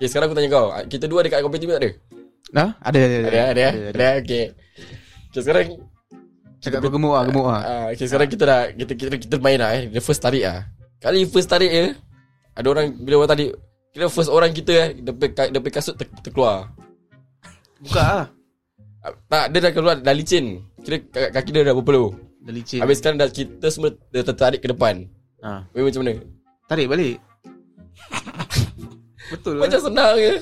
S3: Okay sekarang aku tanya kau ah, Kita dua dekat competitive tak ada?
S2: Nah, ada ada ada.
S3: Ada eh? ada Ada ah, okay Okay sekarang
S2: Cakap kau gemuk ah, gemuk ah.
S3: Ah, okay, sekarang kita dah kita kita kita main lah eh. The first tarik ah. Kali first tarik je ada orang bila orang tarik kira first orang kita eh depan ka- depan kasut ter, terkeluar.
S2: Buka ah.
S3: Ah, tak dia dah keluar dah licin. Kira ka- kaki dia dah berpeluh.
S2: Dah licin.
S3: Habis sekarang dah kita semua dah tertarik ke depan.
S2: Hmm. Ah.
S3: Weh macam mana?
S2: Tarik balik. Betul lah.
S3: Macam senang je.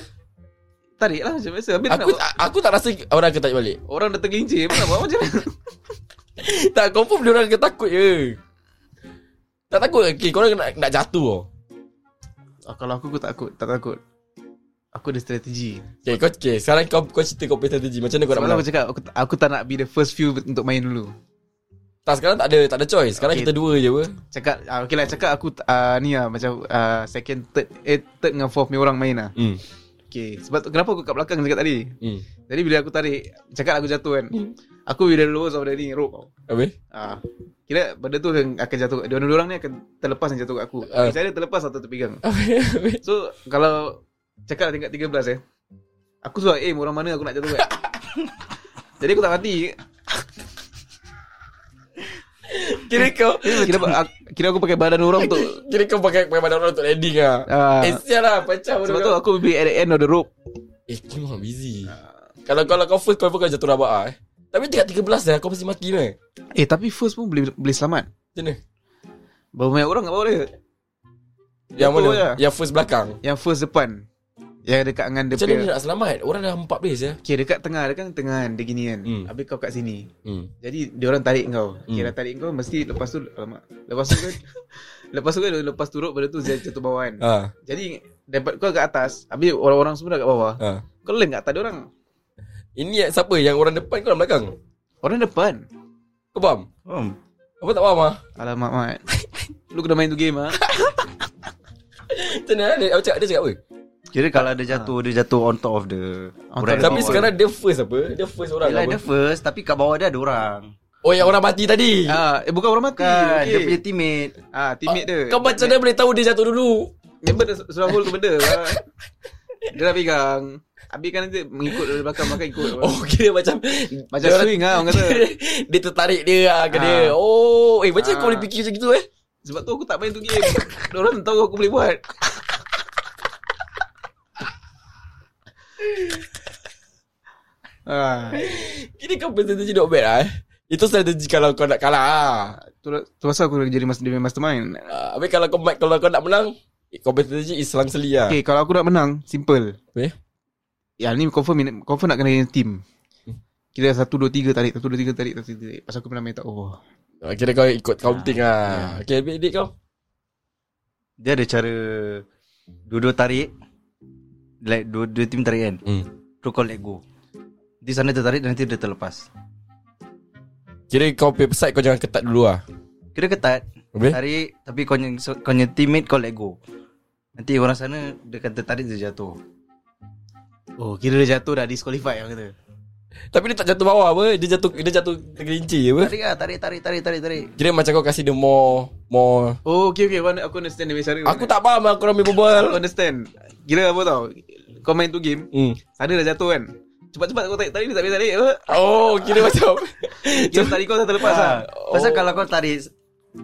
S2: Tarik lah macam biasa. Habis
S3: Aku
S2: aku
S3: tak- aku tak rasa orang akan tarik balik.
S2: orang dah tergelincir, mana buat macam mana?
S3: tak confirm dia orang akan takut je. Tak takut okay, korang nak, nak jatuh oh.
S2: Ah, kalau aku aku takut, tak takut. Aku ada strategi.
S3: Okay, kau, okay, sekarang kau, kau cerita kau punya strategi Macam mana kau nak
S2: Semalam
S3: menang
S2: aku cakap aku, aku tak nak be the first few untuk main dulu.
S3: Tak sekarang tak ada tak ada choice. Sekarang okay.
S2: Okay.
S3: kita dua je apa.
S2: Cakap uh, okay lah cakap aku uh, ni lah macam uh, second third eh third dengan fourth ni orang main lah.
S3: Hmm.
S2: Okay sebab tu, kenapa aku kat belakang cakap tadi?
S3: Hmm.
S2: Jadi bila aku tarik cakap aku jatuh kan. Aku will the lowest of the ring rope tau.
S3: Habis?
S2: Ah. Kira benda tu akan, akan jatuh Dia orang ni akan terlepas dan jatuh kat aku uh.
S3: Ah.
S2: Saya terlepas atau terpegang
S3: Habis? Habis?
S2: So kalau Cakap tingkat 13 eh Aku suruh aim orang mana aku nak jatuh kat Jadi aku tak mati
S3: Kira kau
S2: Kira, aku, kira aku pakai badan orang untuk
S3: Kira kau pakai pakai badan orang untuk landing lah
S2: Ah.
S3: Eh sial lah Pecah
S2: Sebab tu aku be at the end of the rope
S3: Eh kau memang busy Kalau kalau kau first Kau pun kau jatuh rabak lah eh Tapi tingkat 13 dah Kau mesti mati lah
S2: Eh tapi first pun boleh boleh selamat
S3: Macam mana?
S2: Berapa banyak orang kat bawah dia
S3: Yang
S2: Jatuh
S3: mana?
S2: je.
S3: Yang first belakang
S2: Yang first depan Yang dekat dengan dia
S3: Macam mana dia
S2: punya
S3: nak selamat? Orang dah empat place ya
S2: Okay dekat tengah Dia kan tengah kan Dia gini kan
S3: Hmm.
S2: Habis kau kat sini
S3: hmm.
S2: Jadi dia orang tarik kau
S3: Hmm.
S2: Kira tarik kau Mesti lepas tu alamak, Lepas tu kan Lepas tu kan Lepas turut Benda tu jat- jatuh bawah kan
S3: Ha,
S2: Jadi Dapat kau kat atas Habis orang-orang semua dah kat bawah
S3: ha.
S2: Kau leng kat atas dia orang
S3: Ini siapa? Yang orang depan kau orang belakang?
S2: Orang depan
S3: Kau faham?
S4: Hmm.
S3: Apa tak faham ah?
S2: Alamak mat Lu kena main tu game ah.
S3: Macam mana? Dia, dia cakap, dia cakap apa?
S4: Kira kalau dia jatuh Dia jatuh on top of the
S2: On top of
S4: orang kat
S3: Tapi
S4: bawah.
S3: sekarang dia first apa? Dia first orang
S4: Yelah
S3: apa?
S4: dia first Tapi kat bawah dia ada orang
S3: Oh yang orang mati tadi
S2: ah, eh, bukan orang mati.
S4: Kan
S2: okey.
S4: Dia punya teammate
S2: ah, teammate dia.
S3: Kau macam mana boleh tahu dia jatuh dulu?
S2: Member dah su- suruh hold tu benda lah. Dia dah pegang Habis kan nanti mengikut dari belakang Makan ikut
S3: Oh kira macam
S2: Macam swing lah orang kata
S3: Dia tertarik dia lah ke
S2: Ah.
S3: dia Oh Eh macam
S2: Ah.
S3: kau boleh fikir macam gitu eh
S2: Sebab tu aku tak main tu game Diorang tahu aku boleh buat Ah,
S3: Kira kau strategi not bad lah eh Itu strategi kalau kau nak kalah lah
S2: tu, tu pasal aku jadi mas, dia punya mastermind
S3: Ah, Habis kalau kau kalau kau nak menang eh, Kau punya strategi is selang seli lah
S2: Okay kalau aku nak menang Simple
S3: Eh?
S2: Ya ni confirm Confirm nak kena team Kira satu dua tiga tarik Satu dua tiga tarik Satu dua tiga tarik Pasal aku pernah main tak oh. over
S3: Ah, Kira kau ikut counting
S2: Ah,
S3: lah Okay habis adik kau
S4: Dia ada cara Dua-dua tarik Like dua-dua team tarik kan
S3: hmm.
S4: Terus kau let go Di sana tertarik Dan nanti dia terlepas
S3: Kira kau punya side kau jangan ketat dulu lah
S4: Kira ketat
S3: Habis?
S4: Tarik Tapi kau punya, so- kau punya teammate kau let go Nanti orang sana Dia akan tertarik dia jatuh
S2: Oh kira dia jatuh dah disqualify Orang kata
S3: Tapi dia tak jatuh bawah apa Dia jatuh dia jatuh tergelincir apa
S4: Tarik lah Tarik tarik tarik tarik tarik
S3: Kira macam kau kasi dia more More
S2: Oh okay okay Wan, Aku understand dia punya cara
S3: Aku tak faham lah korang punya berbual
S2: Aku understand Kira apa tau Kau main tu game
S3: hmm.
S2: Sana dah jatuh kan Cepat-cepat kau tarik Tarik dia tak boleh tarik apa
S3: Oh kira macam
S2: Kira tarik kau dah terlepas lah
S4: oh. Pasal kalau kau tarik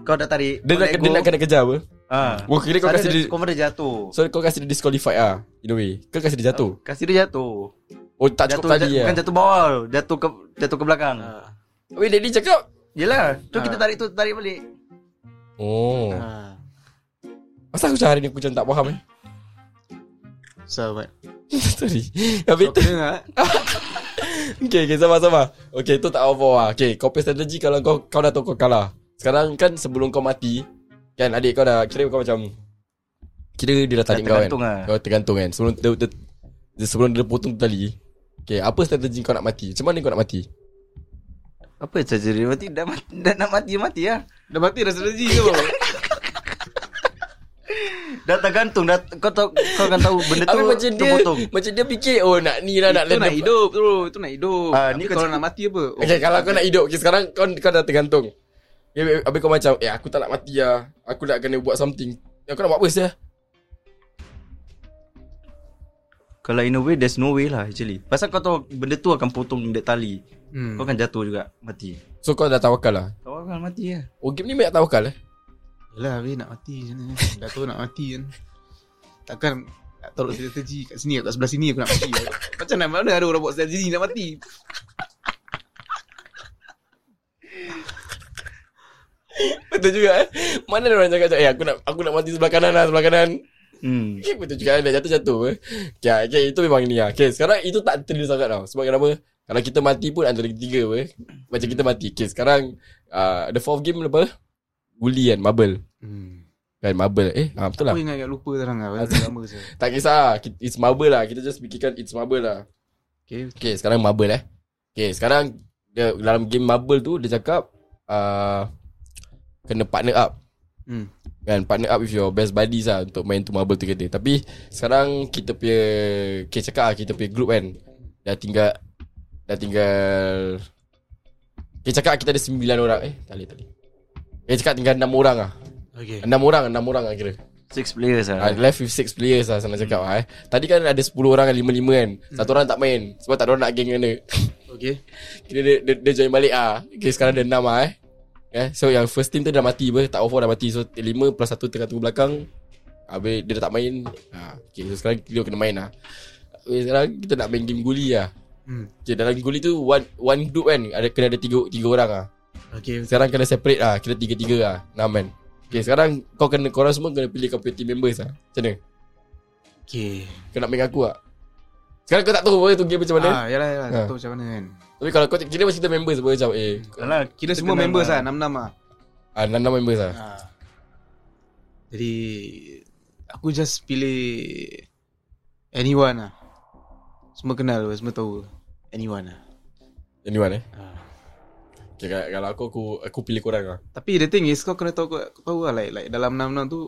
S4: Kau dah tarik
S3: Ah. Dia
S4: kau
S3: nak,
S4: let
S3: dia
S4: go,
S3: nak kena kejar apa
S4: ah.
S3: Oh kira kau
S4: Sana
S3: kasi
S4: dia,
S3: dia
S4: Kau pun dah jatuh
S3: So kau kasi dia disqualified lah In a way Kau kasi dia jatuh
S4: Kasih dia jatuh
S3: Oh tak
S4: jatuh,
S3: cukup tadi Ah.
S4: jat-
S3: lah
S4: Bukan jatuh bawah tau, Jatuh ke jatuh ke belakang
S3: Weh daddy cakap
S4: Yelah Tu
S2: Ah.
S4: kita tarik tu Tarik balik
S3: Oh
S2: Ah,
S3: Masa aku macam hari ni Aku macam tak faham eh
S2: Sahabat
S3: Sorry Habis
S2: Kau kena ah.
S3: Okay, okay sama-sama Okay tu tak over lah Okay kau punya strategi Kalau kau kau dah tahu kau kalah Sekarang kan sebelum kau mati Kan adik kau dah Kira kau macam Kira dia dah tarik
S4: Dah
S3: kau kan
S4: tergantung lah.
S3: Kau tergantung kan Sebelum dia, dia, dia, sebelum dia potong tali Okay apa strategi kau nak mati Macam mana kau nak mati
S4: Apa saja dia mati Dah, mati, dah nak mati Mati lah
S2: Dah mati dah strategi kau
S4: Dah tergantung dah, kau, tahu, kau akan tahu Benda tu
S3: Habis macam dia
S4: terpotong.
S3: Macam dia fikir Oh nak ni lah nak
S2: Itu nak
S3: landep-
S2: hidup tu Itu nak hidup
S4: Ah,
S2: Tapi
S4: ni kau
S2: kalau
S4: cakap-
S2: nak mati apa oh.
S3: Okay kalau kau nak hidup okay, Sekarang kau, kau dah tergantung okay, Habis kau macam Eh aku tak nak mati lah Aku nak kena buat something Ya, Kau nak buat apa sih
S4: Kalau in a way There's no way lah actually Pasal kau tahu Benda tu akan potong Dia tali
S2: hmm.
S4: Kau akan jatuh juga Mati
S3: So kau dah tawakal lah
S4: Kau akan mati lah
S3: Oh game ni banyak tawakal eh
S2: Yelah weh nak mati macam mana Dah tahu nak mati kan Takkan nak taruh strategi kat sini Kat sebelah sini aku nak mati Macam mana mana ada orang buat strategi nak mati
S3: Betul juga eh. Mana ada orang cakap macam, eh aku nak aku nak mati sebelah kanan lah, sebelah kanan.
S4: Hmm
S3: Okay, betul juga eh, nak jatuh-jatuh eh. Okay, ah, okay, itu memang ni lah. Okay, sekarang itu tak terlalu sangat tau. Sebab kenapa? Kalau kita mati pun antara ketiga apa eh. Macam kita mati. Okay, sekarang uh, the fourth game apa? Guli kan, marble.
S2: hmm.
S3: Kan, marble. Eh, ah, betul lah.
S2: Aku ingat agak lupa terang lah Dah Lama saya
S3: Tak kisah. Ki- It's marble lah. Kita just fikirkan it's marble lah.
S2: Okay
S3: Okay, sekarang marble eh. Okay, sekarang dia, dalam game marble tu, dia cakap uh, kena partner up.
S2: hmm.
S3: Kan partner up with your best buddies lah Untuk main tu marble together Tapi sekarang kita punya Okay cakap lah kita punya group kan Dah tinggal Dah tinggal Dia cakap kita ada 9 orang Eh tak boleh tak boleh Dia cakap tinggal 6 orang lah
S1: Okay.
S3: 6 orang 6 orang lah kira
S4: Six players
S3: uh,
S4: lah
S3: Left with 6 players lah Sana cakap lah eh Tadi kan ada 10 orang kan 5-5 kan Satu orang tak main Sebab tak ada orang nak geng kan dia
S2: Okay
S3: Kira dia, dia, dia join balik ah. Okay sekarang ada 6 ah eh Eh, so yang first team tu dah mati apa Tak off dah mati So 5 plus 1 tengah tunggu belakang Habis dia dah tak main ah, Okay so sekarang dia kena main lah okay, Sekarang kita nak main game guli lah
S2: Hmm.
S3: Okay dalam guli tu One one group kan ada Kena ada 3 tiga orang ah.
S2: Okay
S3: Sekarang kena separate lah Kira tiga-tiga lah 6 kan Okay sekarang kau kena Korang semua kena pilih Kau punya team members lah Macam mana
S1: Okay.
S3: Kau nak make aku lah Sekarang kau tak tahu apa tu game macam mana
S2: Ah, yalah, yalah, tak
S3: Ah.
S2: tahu macam mana kan
S3: Tapi kalau kau kira macam kita members apa Macam eh
S4: Alah,
S2: Kira semua members lah, enam-enam lah
S3: ah, 6 members lah
S2: Ah. Jadi Aku just pilih Anyone lah Semua kenal apa, Semua tahu Anyone lah Ah.
S3: Anyone eh okay, kalau- Kalau aku Aku aku pilih korang lah
S2: Tapi the thing is Kau kena tahu Kau, kau tahu lah like, like dalam enam-enam tu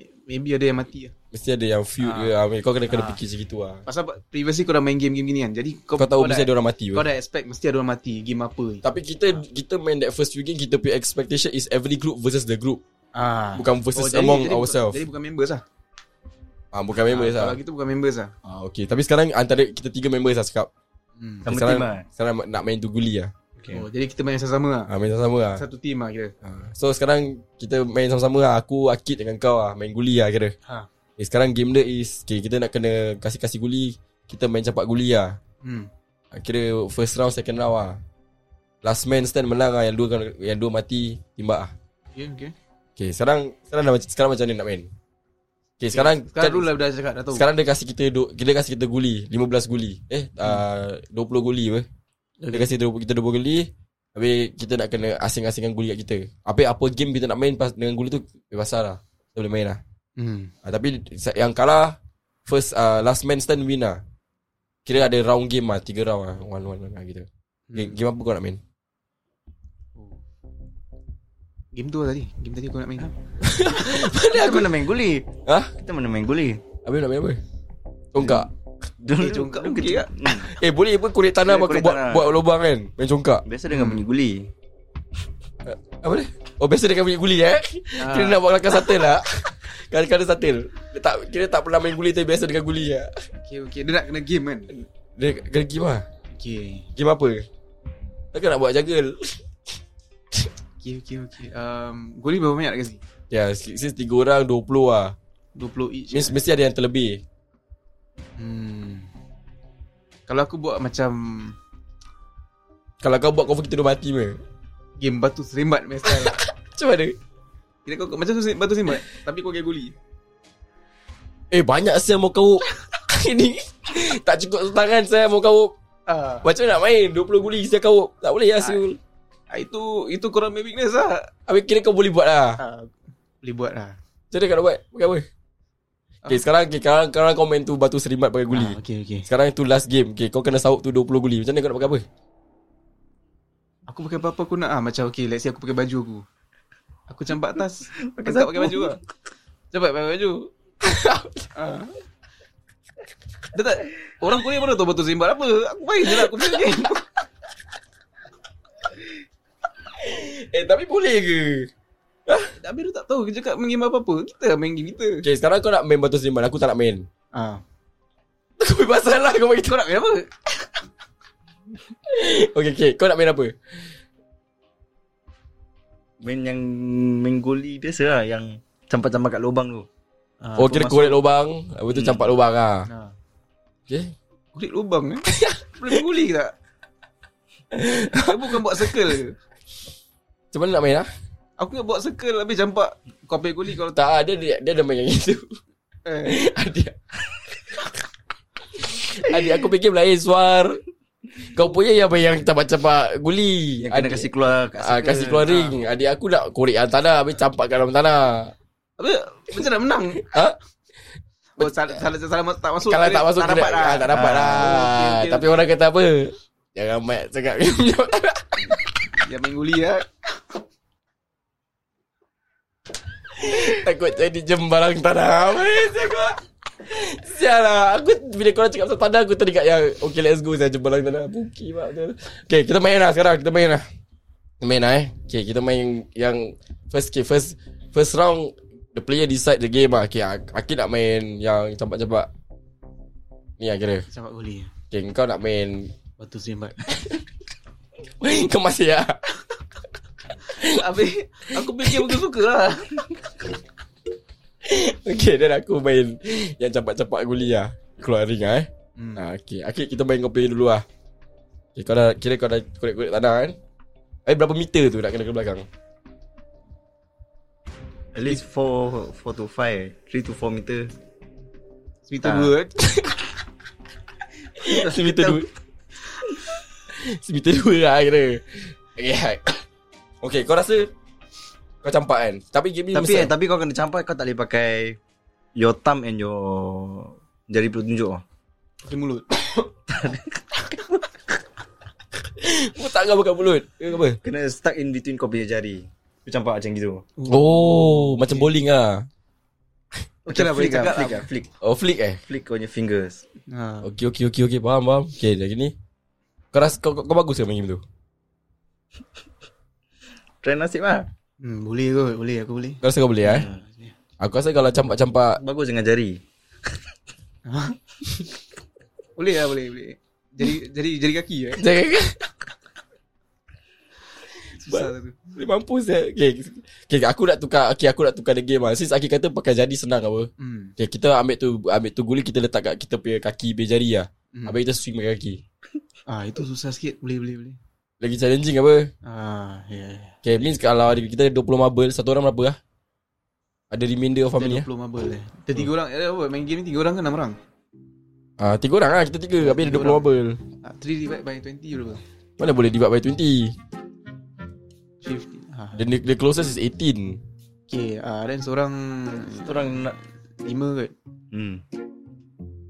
S2: may- Maybe ada yang mati lah
S3: Mesti ada yang feud ke ah. Kau kena kena fikir macam gitu lah
S2: Pasal pa- previously kau dah main game-game gini kan Jadi kau,
S3: Kau tahu
S2: kau
S3: mesti
S2: dah,
S3: ada orang mati
S2: Kau Ah.
S3: pun.
S2: dah expect Mesti ada orang mati Game apa ni
S3: Tapi kita kita main that first few game Kita punya expectation is Every group versus the group
S2: ah.
S3: Bukan versus among
S2: bu-
S3: ourselves
S2: Jadi bukan members lah
S3: ah, Bukan
S2: ah,
S3: members lah
S2: Kalau gitu bukan members lah
S3: ah, Okay Tapi sekarang antara Kita tiga members lah cakap
S2: hmm.
S4: Sama
S3: sekarang,
S4: team lah.
S3: Sekarang nak main tu guli lah
S4: Okay.
S2: oh, Jadi kita main sama-sama lah
S3: ah, Main sama-sama lah
S2: Satu team lah kira
S3: Ah, So sekarang Kita main sama-sama lah Aku Akid dengan kau lah Main guli lah kira
S2: Ha.
S3: okay, Sekarang game dia is okay, Kita nak kena Kasih-kasih guli Kita main campak guli lah
S2: hmm.
S3: Ah, Kira first round second round lah Last man stand menang lah Yang dua, yang dua mati Timbak lah
S2: Okay, okay.
S3: Okay sekarang Sekarang, dah, macam- sekarang macam mana nak main Okay sekarang
S2: Sekarang
S3: kan-
S2: dulu lah dah cakap Dah tahu
S3: sekarang dia kasi kita du- Dia kasi kita guli 15 guli Eh uh, 20 guli apa Dia kasi kita 20, kita 20 guli Habis kita nak kena Asing-asingkan guli kat kita Habis apa game kita nak main pas, Dengan guli tu Bebas lah Kita boleh main lah
S2: hmm.
S3: uh, Tapi se- yang kalah First uh, Last man stand win lah Kira ada round game lah Tiga round lah One one, one lah gitu Game,
S2: Hmm.
S3: game apa kau nak main
S2: Game tu lah tadi Game tadi aku nak main kan
S4: Kita mana main guli
S3: Hah?
S4: Kita mana main guli
S3: Habis nak main apa? Congkak
S4: Dulu
S2: Eh, congkak
S4: dulu
S2: okey
S4: kita-
S2: tak?
S4: Hmm.
S3: Eh boleh apa korek tanah
S4: Boleh
S3: Aku
S4: korek
S3: buat,
S4: tanah.
S3: buat lubang kan Main congkak
S4: Biasa dengan bunyi guli
S3: Apa dia? Oh biasa dia akan bunyi guli eh Kira nak buat kelakar satel lah Kadang-kadang satel dia tak, Kira tak pernah main guli Tapi biasa dengan guli lah
S2: Ah, Okay okay Dia nak kena game kan
S3: Dia kena game lah
S2: Okay
S3: Game apa? Takkan nak buat juggle
S2: Okay okay okay um, Goli berapa banyak nak kasi?
S3: Ya Since tiga orang 20 lah
S2: 20 each
S3: Means, Mesti ada yang terlebih
S2: hmm. Kalau aku buat macam
S3: Kalau kau buat cover kita dua mati meh.
S2: Game batu serimbat punya style
S3: Macam mana?
S2: Kira kau macam tu batu serimbat Tapi kau kena goli
S3: Eh banyak saya mau kau Ini Tak cukup tangan saya mau kau
S2: Ah,
S3: Macam mana nak main 20 guli saya kau Tak boleh lah Syul
S2: Ah, Itu Itu korang main weakness lah
S3: Habis kira kau boleh buat lah
S2: ah, Boleh buat lah
S3: Macam mana kau nak buat Bukan apa Okay sekarang okay, sekarang, sekarang kau main tu Batu serimat pakai guli
S2: ah, Okay okay
S3: Sekarang tu last game Okay kau kena sahut tu 20 guli Macam mana kau nak pakai apa
S2: Aku pakai apa-apa aku nak ah macam okay let's say aku pakai baju aku. Aku campak atas. pakai tak pakai baju ah. Cepat pakai baju. ah. Dia tak orang Korea mana tahu batu sembah apa. Aku main je lah aku main game.
S3: Eh tapi boleh ke
S2: Tapi dia tak tahu dia cakap main game apa-apa. Kita lah main game kita.
S3: Okay sekarang kau nak main batu serimat Aku tak nak main
S2: Ah.
S3: Kau bebas lah kau bagi
S2: Kau nak main apa?
S3: Okay okay kau nak main apa
S4: Main yang Main guli biasa lah Yang Campak-campak kat lubang tu
S2: Ah,
S3: Oh kira
S4: masuk- Hmm.
S3: korek lubang Habis tu campak lubang lah
S2: Ah.
S3: Okay
S2: Kulit lubang eh. Boleh guli ke tak? Dia bukan buat circle ke?
S3: Macam mana nak main lah
S2: Aku nak buat circle habis campak kau pakai guli kalau tak.
S3: Tak ah, dia, dia, dia ada main yang itu
S2: Eh.
S3: Adik Adik aku fikir lain suar Kau punya yang yang campak-campak guli
S4: Yang kena
S3: Adik-
S4: kasi keluar kat
S3: Ah,
S4: circle.
S3: kasih keluar ring Adik aku nak korek dalam tanah Habis campak kat dalam tanah
S2: Apa? Macam nak menang?
S3: Ha?
S2: Oh, salah, salah, salah, salah, tak masuk.
S3: Kalau
S2: kira-
S3: tak masuk
S2: tak dapat
S3: kira-
S2: lah.
S3: ah, Tak dapat
S4: Ah,
S3: lah
S2: okey, okey.
S3: Tapi orang kata apa Jangan mat cakap
S2: Yang main guli lah.
S3: Takut jadi jembarang tanah Habis aku Sial lah Aku bila korang cakap pasal tanah Aku teringat yang Okay let's go Saya jumpa lang tanah Buki pak Okay kita main lah sekarang Kita main lah Kita main lah eh Okay kita main yang First okay, first First round The player decide the game lah Okay Ak- Akid nak main Yang campak-campak Ni lah kira
S2: Campak boleh
S3: Okay kau nak main
S2: Batu sembat
S3: Kau masih lah
S2: Habis Aku fikir aku suka lah
S3: Okay dan aku main Yang campak-campak guli lah Keluar ring lah eh hmm. ah, Okay Akid kita main kau player dulu lah okay, kau dah, Kira kau dah korek-korek tanah kan Eh berapa meter tu nak kena ke belakang
S4: At least 4 4 to 5 3 to 4 meter
S2: Semita
S4: Ah.
S2: dua
S3: Semeter dua Semeter dua lah kira Okay hai. Okay kau rasa Kau campak kan Tapi game ni
S4: Tapi eh,
S3: besar.
S4: tapi kau kena campak Kau tak boleh pakai Your thumb and your Jari petunjuk lah
S2: Pakai mulut
S3: Kau tak kau buka mulut Kau Apa
S4: Kena stuck in between kau punya jari Kau campak macam gitu
S3: Oh Macam bowling lah
S2: Okay lah boleh
S4: flick
S2: cakap
S4: flick,
S2: lah
S4: lah, flick
S3: Oh flick eh
S4: Flick kau punya fingers
S2: Ha.
S3: Okay okay okay okay Faham faham Okay lagi ni Kau rasa kau, kau, kau bagus ke main game tu
S4: Try nasib lah
S2: hmm, Boleh kot Boleh aku boleh
S3: Kau rasa
S2: Ya,
S3: kau boleh lah, eh Aku rasa kalau campak-campak
S4: Bagus dengan jari
S2: Boleh lah boleh boleh Jadi jadi jadi kaki eh
S3: Jangan
S2: Susah tu
S3: Boleh mampus eh okay. okay aku nak tukar Okay aku nak tukar the game lah Since Aki kata pakai jadi senang apa
S2: Hmm
S3: Okay, kita ambil tu ambil tu guli kita letak kat kita punya kaki punya jari lah.
S2: Hmm.
S3: Hmm. Habis kita swing pakai kaki.
S2: Ah itu susah sikit boleh boleh boleh.
S3: Lagi challenging apa?
S2: Ah ya. Yeah.
S3: Okay, means kalau ada- kita ada 20 marble, satu orang berapa lah? Ada remainder of how many
S2: Kita
S3: lah?
S2: 20 marble eh. Kita tiga orang eh, apa main game ni tiga orang ke enam orang?
S3: Ah, tiga orang lah, kita tiga. Habis ada 20
S2: orang.
S3: marble.
S2: Ah 3 divide by 20 berapa?
S3: Mana boleh divide by
S2: 50.
S3: 20?
S2: Ah.
S3: The, the closest is 18.
S2: Okay, ah dan seorang
S4: Orang nak
S2: lima kot.
S4: Hmm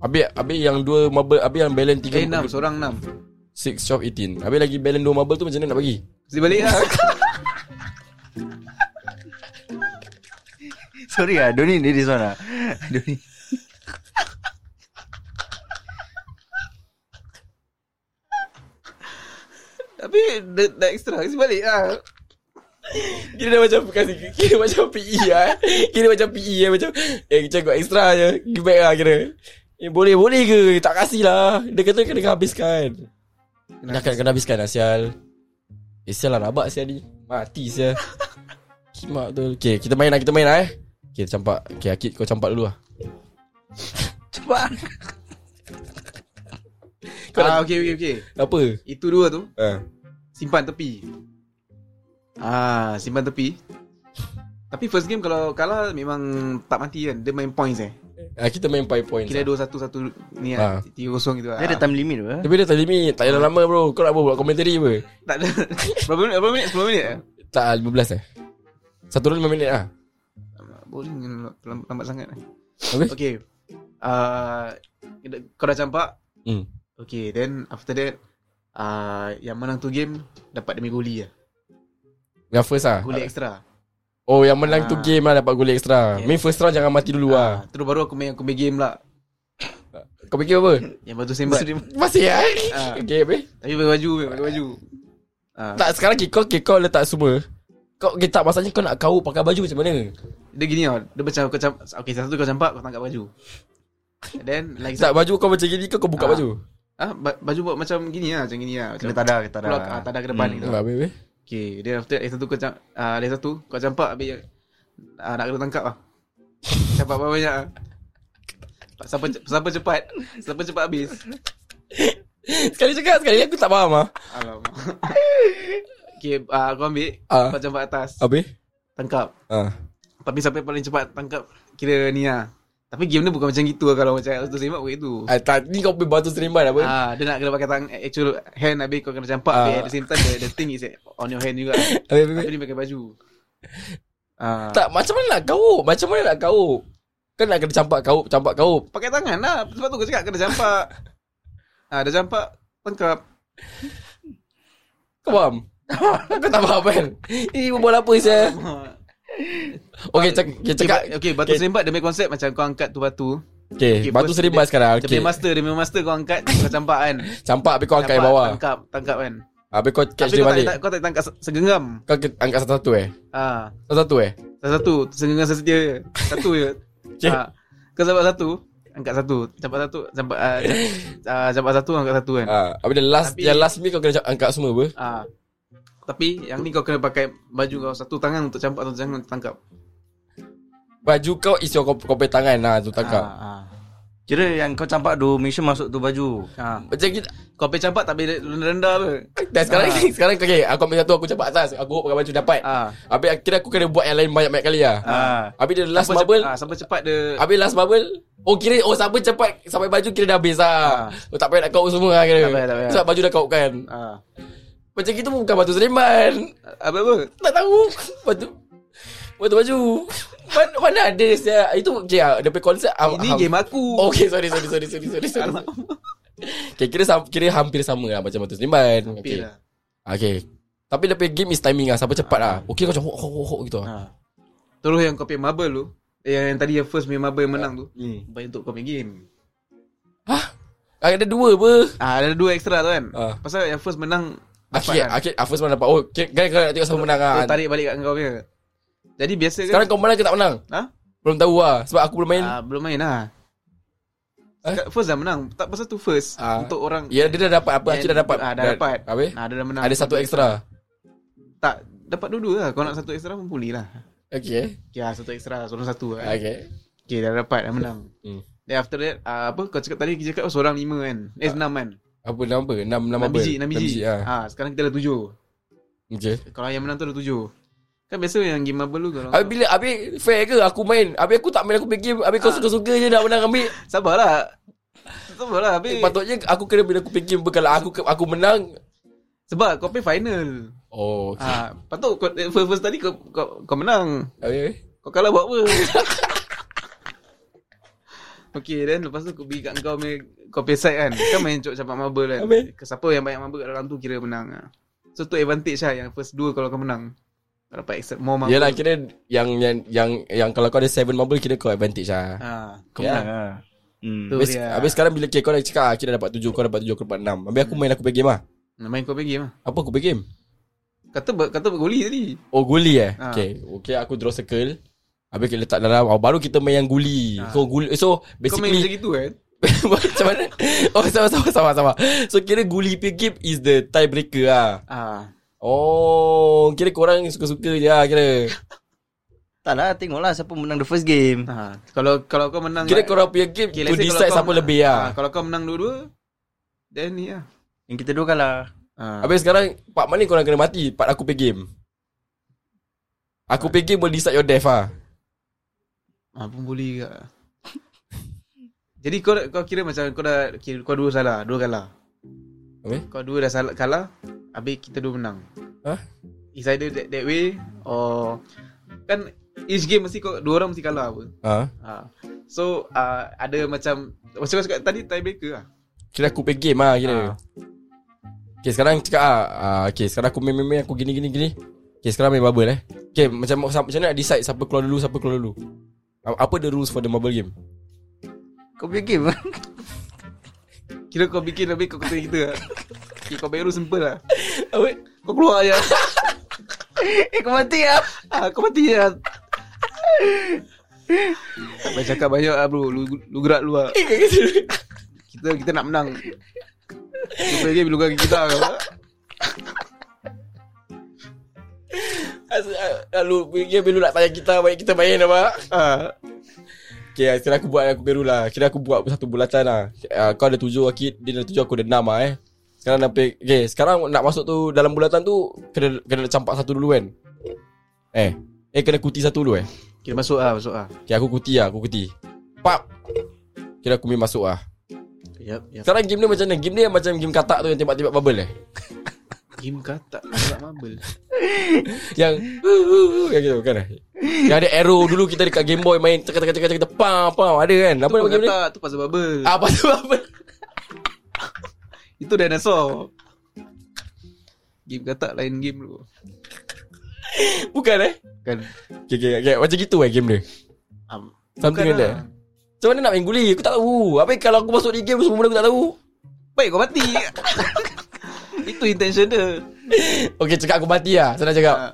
S3: Habis, habis yang dua marble, habis yang balance tiga.
S2: Eh enam, seorang enam.
S3: 6, 12, 18. Habis lagi balance dua marble tu macam mana nak bagi?
S2: Mesti balik lah.
S4: Sorry lah Don't need this one lah Don't need
S2: Tapi dah, dah extra, mesti balik lah.
S3: Kira dia macam kasi, Kira macam PE lah eh. Kira macam PE eh Macam Eh kita buat extra je Give back lah kira Eh boleh boleh ke Tak kasih lah Dia kata kena habiskan Kena, kena, kena habiskan lah sial Eh sial lah rabak sial ni Mati sial Kimak tu Okay kita main lah Kita main lah eh Okay campak Okay Akid kau campak dulu lah
S4: Cepat
S3: Kau
S2: Ah
S3: nak-
S2: okey okey okey.
S3: Apa
S2: Itu dua tu
S3: ha.
S2: simpan tepi. Ah simpan tepi. Tapi first game kalau kalah memang tak mati kan. Dia main points eh.
S3: Ah, Kita main 5 points
S2: Kira
S3: lah.
S2: 2-1-1 ni lah.
S3: Ah.
S2: 3-0 gitu lah.
S4: Dia ada time limit tu eh?
S3: Tapi dia tak limit Tak payah lama bro Kau nak apa, buat commentary apa
S2: Tak ada. Berapa minit? Berapa minit? 10 minit? eh?
S3: Tak ah, 15 eh Satu round 5 minit lah
S2: Alamak, Boring lambat, lambat sangat. eh.
S3: Habis
S2: Okay. Uh, kau dah campak.
S3: Hmm.
S2: Okay, then after that, uh, yang menang tu game dapat demi goli lah.
S3: Yang first lah
S2: Goli extra.
S3: Oh yang menang
S2: Ah.
S3: tu game lah Dapat gol extra
S2: Yes.
S3: Main first round jangan mati dulu
S2: Ah,
S3: lah
S2: terus baru aku main aku main game lah. Ah.
S3: Kau fikir apa?
S2: Yang batu sembat.
S3: Masih lah
S2: Ah.
S3: Okay babe
S2: Tapi pakai baju, pakai baju. Ah,
S3: Tak sekarang okay, kau, okay, kau letak semua Kau okay, tak maksudnya kau nak kau pakai baju macam mana
S2: dia gini tau. Dia macam kau campak. Okay, satu kau campak, kau tangkap baju. And Then lagi satu.
S3: Tak baju kau macam gini kau, kau buka
S2: Ah.
S3: baju
S2: Ah, ba- baju buat macam gini lah, macam gini lah. Macam
S4: Kena tadah Kena tadah
S2: keluar ah, tadah ke depan gitu.
S3: Nampak babe babe?
S2: Okay, then after that, lagi satu kau campak. Ah, lagi satu kau campak habis yang- ah, nak kena tangkap lah. Campak banyak-banyak lah. Siapa, ce- siapa cepat Siapa cepat habis
S3: Sekali cakap sekali aku tak faham lah
S2: Alamak Okay uh, Aku ambil
S3: Ah.
S2: Kau campak atas
S3: Habis
S2: Tangkap
S3: ah.
S2: Tapi siapa yang paling cepat Tangkap Kira ni lah Tapi game dia bukan macam gitu lah Kalau macam Satu semak bukan itu
S3: ah, tak, Ni kau pergi batu serimban apa
S2: Ah, dia nak kena pakai tang actual hand habis kau kena campak
S3: Ah.
S2: habis at the same time the, the thing is on your hand juga.
S3: Habis, habis,
S2: Tapi
S3: habis.
S2: dia pakai baju. Ah,
S3: Tak macam mana nak kau Macam mana nak kau Kau nak kena campak kau Campak kau
S2: pakai tangan lah. Sebab tu aku cakap kena campak. ah, dah campak tangkap.
S3: Kau faham Kau tak faham kan Ini buat apa saya
S2: Ah.
S3: Okay cak, okay, cakap
S2: Okay, okay batu
S3: okay.
S2: sembat dia punya konsep macam kau angkat tu batu
S3: Okay, okay batu
S2: first dia-
S3: seribat sekarang.
S2: Dia
S3: Okay.
S2: punya master, dia punya master kau angkat, kau campak kan.
S3: Campak habis kau angkat
S2: Campak,
S3: yang bawah. Ah,
S2: Tangkap, tangkap kan.
S3: Habis kau catch
S2: Tapi
S3: dia
S2: kau tak,
S3: balik.
S2: tak, kau tak tangkap se- segenggam.
S3: Kau ke- angkat satu-satu eh?
S2: Ah,
S3: Satu-satu eh?
S2: salah satu, segenggam satu dia. je. Satu je.
S3: Okay.
S2: Ah, kau campak satu, angkat satu. Campak satu, campak ah, ah, campak satu, angkat satu kan.
S3: Ha, habis dia last
S2: Tapi-
S3: yang last ni kau kena ca- angkat semua apa?
S2: Ah. Tapi yang ni kau kena pakai baju kau satu tangan untuk campak satu tangan untuk tangkap.
S3: Baju kau isi kau, kau punya tangan lah tu tangkap.
S2: Ah, ah.
S4: Kira yang kau campak tu Make sure masuk tu baju
S2: Ah.
S3: Macam kita
S2: Kau pergi campak tapi rendah-rendah apa?
S3: Dah sekarang sekarang okay, aku ambil satu aku campak atas. Aku hope pakai baju dapat.
S2: Ah.
S3: Habis akhirnya aku kena buat yang lain banyak-banyak kali lah.
S4: Ah.
S3: Habis dia last
S2: Siapa cep-
S3: bubble.
S2: Ah, siapa cepat dia
S3: Habis last bubble Oh kira Oh siapa cepat Sampai baju kira dah habis lah oh, Tak payah nak kau semua lah kira
S2: Ah. Tak payah, tak payah.
S3: Sebab baju dah kau kan
S2: ah.
S3: Macam kita pun bukan batu Sleman
S2: Apa apa?
S3: Tak tahu Batu Batu baju mana, mana ada saya Itu okay, ah, Dia punya konsep ah,
S2: Ini
S3: ham-
S2: game aku.
S3: Okay sorry sorry sorry sorry sorry, sorry. Okay, kira, sam- kira hampir sama lah Macam batu Sleman
S2: Okay.
S3: okay. Ah, okay Tapi dia punya game is timing lah Siapa cepat
S2: Ah.
S3: lah Okay kau macam hok hok hok, hok gitu lah
S2: Ha. Terus yang kau punya marble tu, eh, yang, yang tadi yang first punya marble yang menang tu,
S3: hmm.
S2: baik untuk kau punya game.
S3: Ada dua apa
S2: Ah, ada dua extra tu kan.
S3: Ah.
S2: Pasal yang first menang dapat
S3: Akhir
S2: kan. Oh,
S3: Akhir ah, first mana dapat Oh kira, kira, kau nak tengok siapa menang lah
S2: Terus tarik balik kat kau punya. Jadi biasa kan
S3: Sekarang kau menang ke tak menang?
S2: Ha?
S3: Belum tahu lah Sebab aku belum main
S2: Ah, belum main lah.
S3: Eh?
S2: Sek- First dah menang. Tak pasal tu first
S3: Ah.
S2: untuk orang.
S3: Ya dia dah dapat apa
S2: yang-
S3: Akhir dah dapat
S2: Ah, dah dapat.
S3: Habis
S2: Ah, dia dah menang.
S3: Ada satu extra
S2: Tak, dapat dua-dua lah. Kau nak satu extra pun boleh lah.
S3: Okay
S2: Ya, satu extra, seorang satu lah.
S3: Okay
S2: Okay, dah dapat, dah menang.
S3: Hmm.
S2: Then after that, ah, apa kau cakap tadi, kita cakap oh, seorang lima kan? Eh, enam kan?
S3: Apa number? 6 enam
S2: Enam
S3: Ah. apa?
S2: biji, enam biji.
S3: ha.
S2: ah. sekarang kita ada tujuh.
S3: Okay
S2: Kalau yang menang tu ada tujuh. Kan biasa yang game marble tu kalau...
S3: Habis bila Habis fair ke aku main Habis aku tak main Aku pergi Habis
S2: Ah.
S3: kau suka-suka je Nak menang ambil
S2: Sabarlah. Sabarlah, habis.
S3: eh, Patutnya aku kena Bila aku pergi Kalau aku aku menang
S2: Sebab kau play final.
S3: Oh okay.
S2: Ah, patut kau, eh, first, first tadi kau, kau, kau menang.
S3: Habis
S2: Kau kalah buat apa? Okay then lepas tu aku pergi kat kau punya Kau punya side kan Kau main cok campak marble kan
S3: Habis?
S2: Ke Siapa yang banyak marble kat dalam tu kira menang lah. So tu advantage lah yang first dua kalau kau menang Kau dapat extra more marble
S3: Yelah kira Yang yang yang, yang Kalau kau ada 7 marble Kira kau advantage lah
S2: ha,
S4: Kau
S3: Ya.
S4: menang lah hmm.
S2: Tu
S3: Habis,
S2: dia.
S3: habis sekarang bila kira kau dah cakap ah, Kira dapat 7 Kau dapat 7 Aku dapat 6 Habis aku main aku pergi game lah
S2: Nak main kau punya game lah
S3: Apa aku pergi game?
S2: Kata, ber, kata bergoli tadi
S3: Oh guli eh
S2: Ha.
S3: Okay Okay aku draw circle Habis kita letak dalam oh, Baru kita main yang guli
S2: Ha.
S3: So guli So
S2: Kau main macam
S3: basically
S2: gitu kan
S3: Macam mana Oh sama sama sama sama So kira guli punya game Is the tiebreaker lah
S2: ah,
S3: Oh Kira korang suka-suka je lah kira
S4: Tak lah tengok lah Siapa menang the first game
S2: ah. Kalau kalau kau menang kan-
S3: Kira korang punya game
S2: Okay,
S3: okay,
S2: let's say
S3: To
S2: kalau
S3: decide
S2: kau
S3: siapa
S2: menang-
S3: lebih
S2: ah,
S3: lah
S2: Kalau kau menang dua-dua Then ni lah
S4: Yang kita dua kalah
S2: ah.
S3: Habis sekarang Part mana korang kena mati Part aku punya game Aku punya game Boleh decide your death lah
S2: Ah, pun boleh juga. Jadi kau kau kira macam kau dah kira, kau dua salah, dua kalah.
S3: Habis
S2: Kau dua dah salah kalah, habis kita dua menang.
S3: Hah?
S2: It's either that, that way or kan each game mesti kau dua orang mesti kalah apa.
S3: ha?
S2: Ha. So uh, ada macam macam kau cakap tadi tiebreaker lah.
S3: Kira aku play game lah kira
S2: Ah.
S3: Okay sekarang cakap ah, ah Okay sekarang aku main-main Aku gini gini gini Okay sekarang main bubble eh Okay macam macam mana nak decide Siapa keluar dulu Siapa keluar dulu Ah, Apa the rules for the bubble game
S4: Kau punya game
S2: Kira kau bikin habis kau kata kita lah. Okay, kau bayar rule simple lah.
S3: Apa
S2: Kau keluar je.
S4: Eh kau mati lah
S2: ah, kau mati je. Tak payah cakap banyak lah bro. Lu, lu gerak lu lah. Kita kita nak menang. Kita play game lugar kita ke.
S3: Lalu Game dulu nak tanya kita Baik kita main apa
S2: Ah.
S3: Okay ah, sekarang aku buat Aku peru lah Kira aku buat satu bulatan lah Ah, Kau ada tujuh Akid Dia ada tujuh Aku ada enam lah eh Sekarang nak play Okay sekarang nak masuk tu Dalam bulatan tu Kena kena campak satu dulu kan Eh Eh kena kuti satu dulu eh
S2: Kita masuk ah, masuk ah.
S3: Okay aku kuti lah Aku kuti Pap Kira aku main masuk lah
S2: Yap, yap.
S3: Sekarang game dia macam mana Game dia macam game katak tu Yang tembak-tembak bubble eh
S2: Game kata tak mabel.
S3: Yang Yang gitu bukan eh Yang ada arrow dulu Kita dekat game boy main Cakap-cakap-cakap Pam pam Ada kan Apa
S2: Apa
S3: nama
S2: nama
S3: game ni Ah,
S2: Tu pasal bubble.
S3: Apa tu bubble
S2: Itu dinosaur. Game kata lain game bro.
S3: Bukan eh
S2: Kan.
S3: okay, okay, okay. Macam gitu eh game dia
S2: Um, lah.
S3: Something like that Macam mana nak main guli? Aku tak tahu. Apa kalau aku masuk di game semua benda aku tak tahu.
S2: Baik kau mati Itu intention dia
S3: Okay cakap aku mati lah Senang cakap
S2: Ah.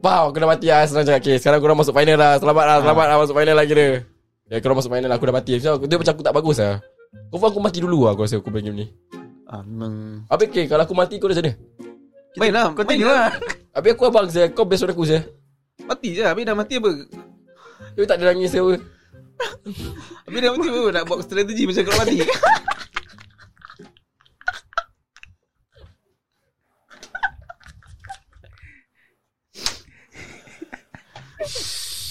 S3: Wow aku dah mati lah Senang cakap Okay sekarang korang masuk final lah Selamat lah Selamat lah masuk final lah kira Ya korang masuk final lah Aku dah mati so, aku, Dia macam aku tak bagus lah Kau faham aku mati dulu lah Aku rasa aku main game ni
S2: ah, Memang
S3: Habis okay Kalau aku mati kau dah sana
S2: Mainlah Continue lah
S3: Habis aku abang saya Kau best aku saya
S2: Mati je Habis dah mati apa
S3: Tapi tak ada nangis saya apa.
S2: Habis dah mati apa Nak buat strategi macam kau mati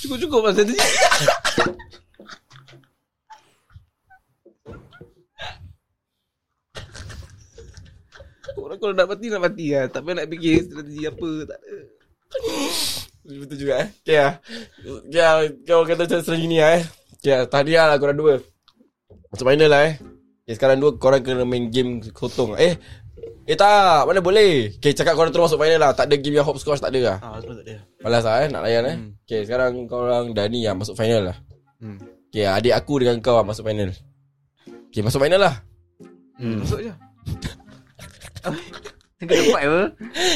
S2: Cukup-cukup lah strategi Orang kalau nak mati nak mati lah Tak payah nak fikir strategi apa Tak ada
S3: Betul juga eh Okay lah Okay lah Kau kata macam strategi ni lah eh Okay lah Tahniah lah korang dua Masuk final lah eh Okay sekarang dua korang kena main game kotong Eh Eh tak Mana boleh Okay cakap korang terus masuk final lah Tak ada game yang hopscotch tak ada lah
S2: Ah, sebab tak ada
S3: Malas lah eh nak layan eh hmm. Okay sekarang korang Dani lah masuk final lah
S2: Hmm.
S3: Okay adik aku dengan kau lah masuk final Okay masuk final lah
S4: Hmm.
S2: Masuk je
S4: Kena dapat apa?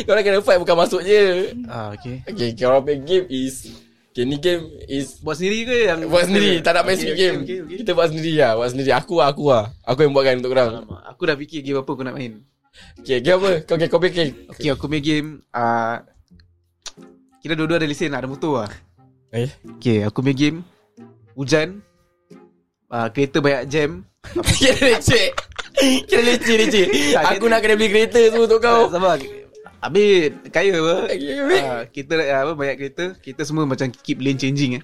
S3: Korang kena fight bukan masuk je
S2: Ah, okay
S3: Okay korang punya game is Okay ni game is
S2: Buat sendiri ke yang
S3: Buat sendiri Tak nak main
S2: Okay,
S3: sendiri
S2: okay,
S3: game
S2: okay, okay.
S3: Kita buat sendiri lah Buat sendiri Aku lah aku lah Aku yang buatkan untuk korang
S2: Alamak, aku dah fikir game apa aku nak main.
S3: Okay game apa Kau okay, kau pilih game
S2: Okay, aku main game uh, Kira dua-dua ada lesen lah, ada motor lah.
S3: Eh
S2: Okay, aku main game Hujan uh, Kereta banyak jam
S3: Kira leceh Kira leceh leceh
S2: Tak,
S3: Aku
S2: dia-
S3: nak kena beli kereta semua untuk kau
S2: oh. Sabar Habis kaya apa
S3: Okay, okay.
S2: uh, Kita uh, apa, banyak kereta Kita semua macam keep lane changing eh.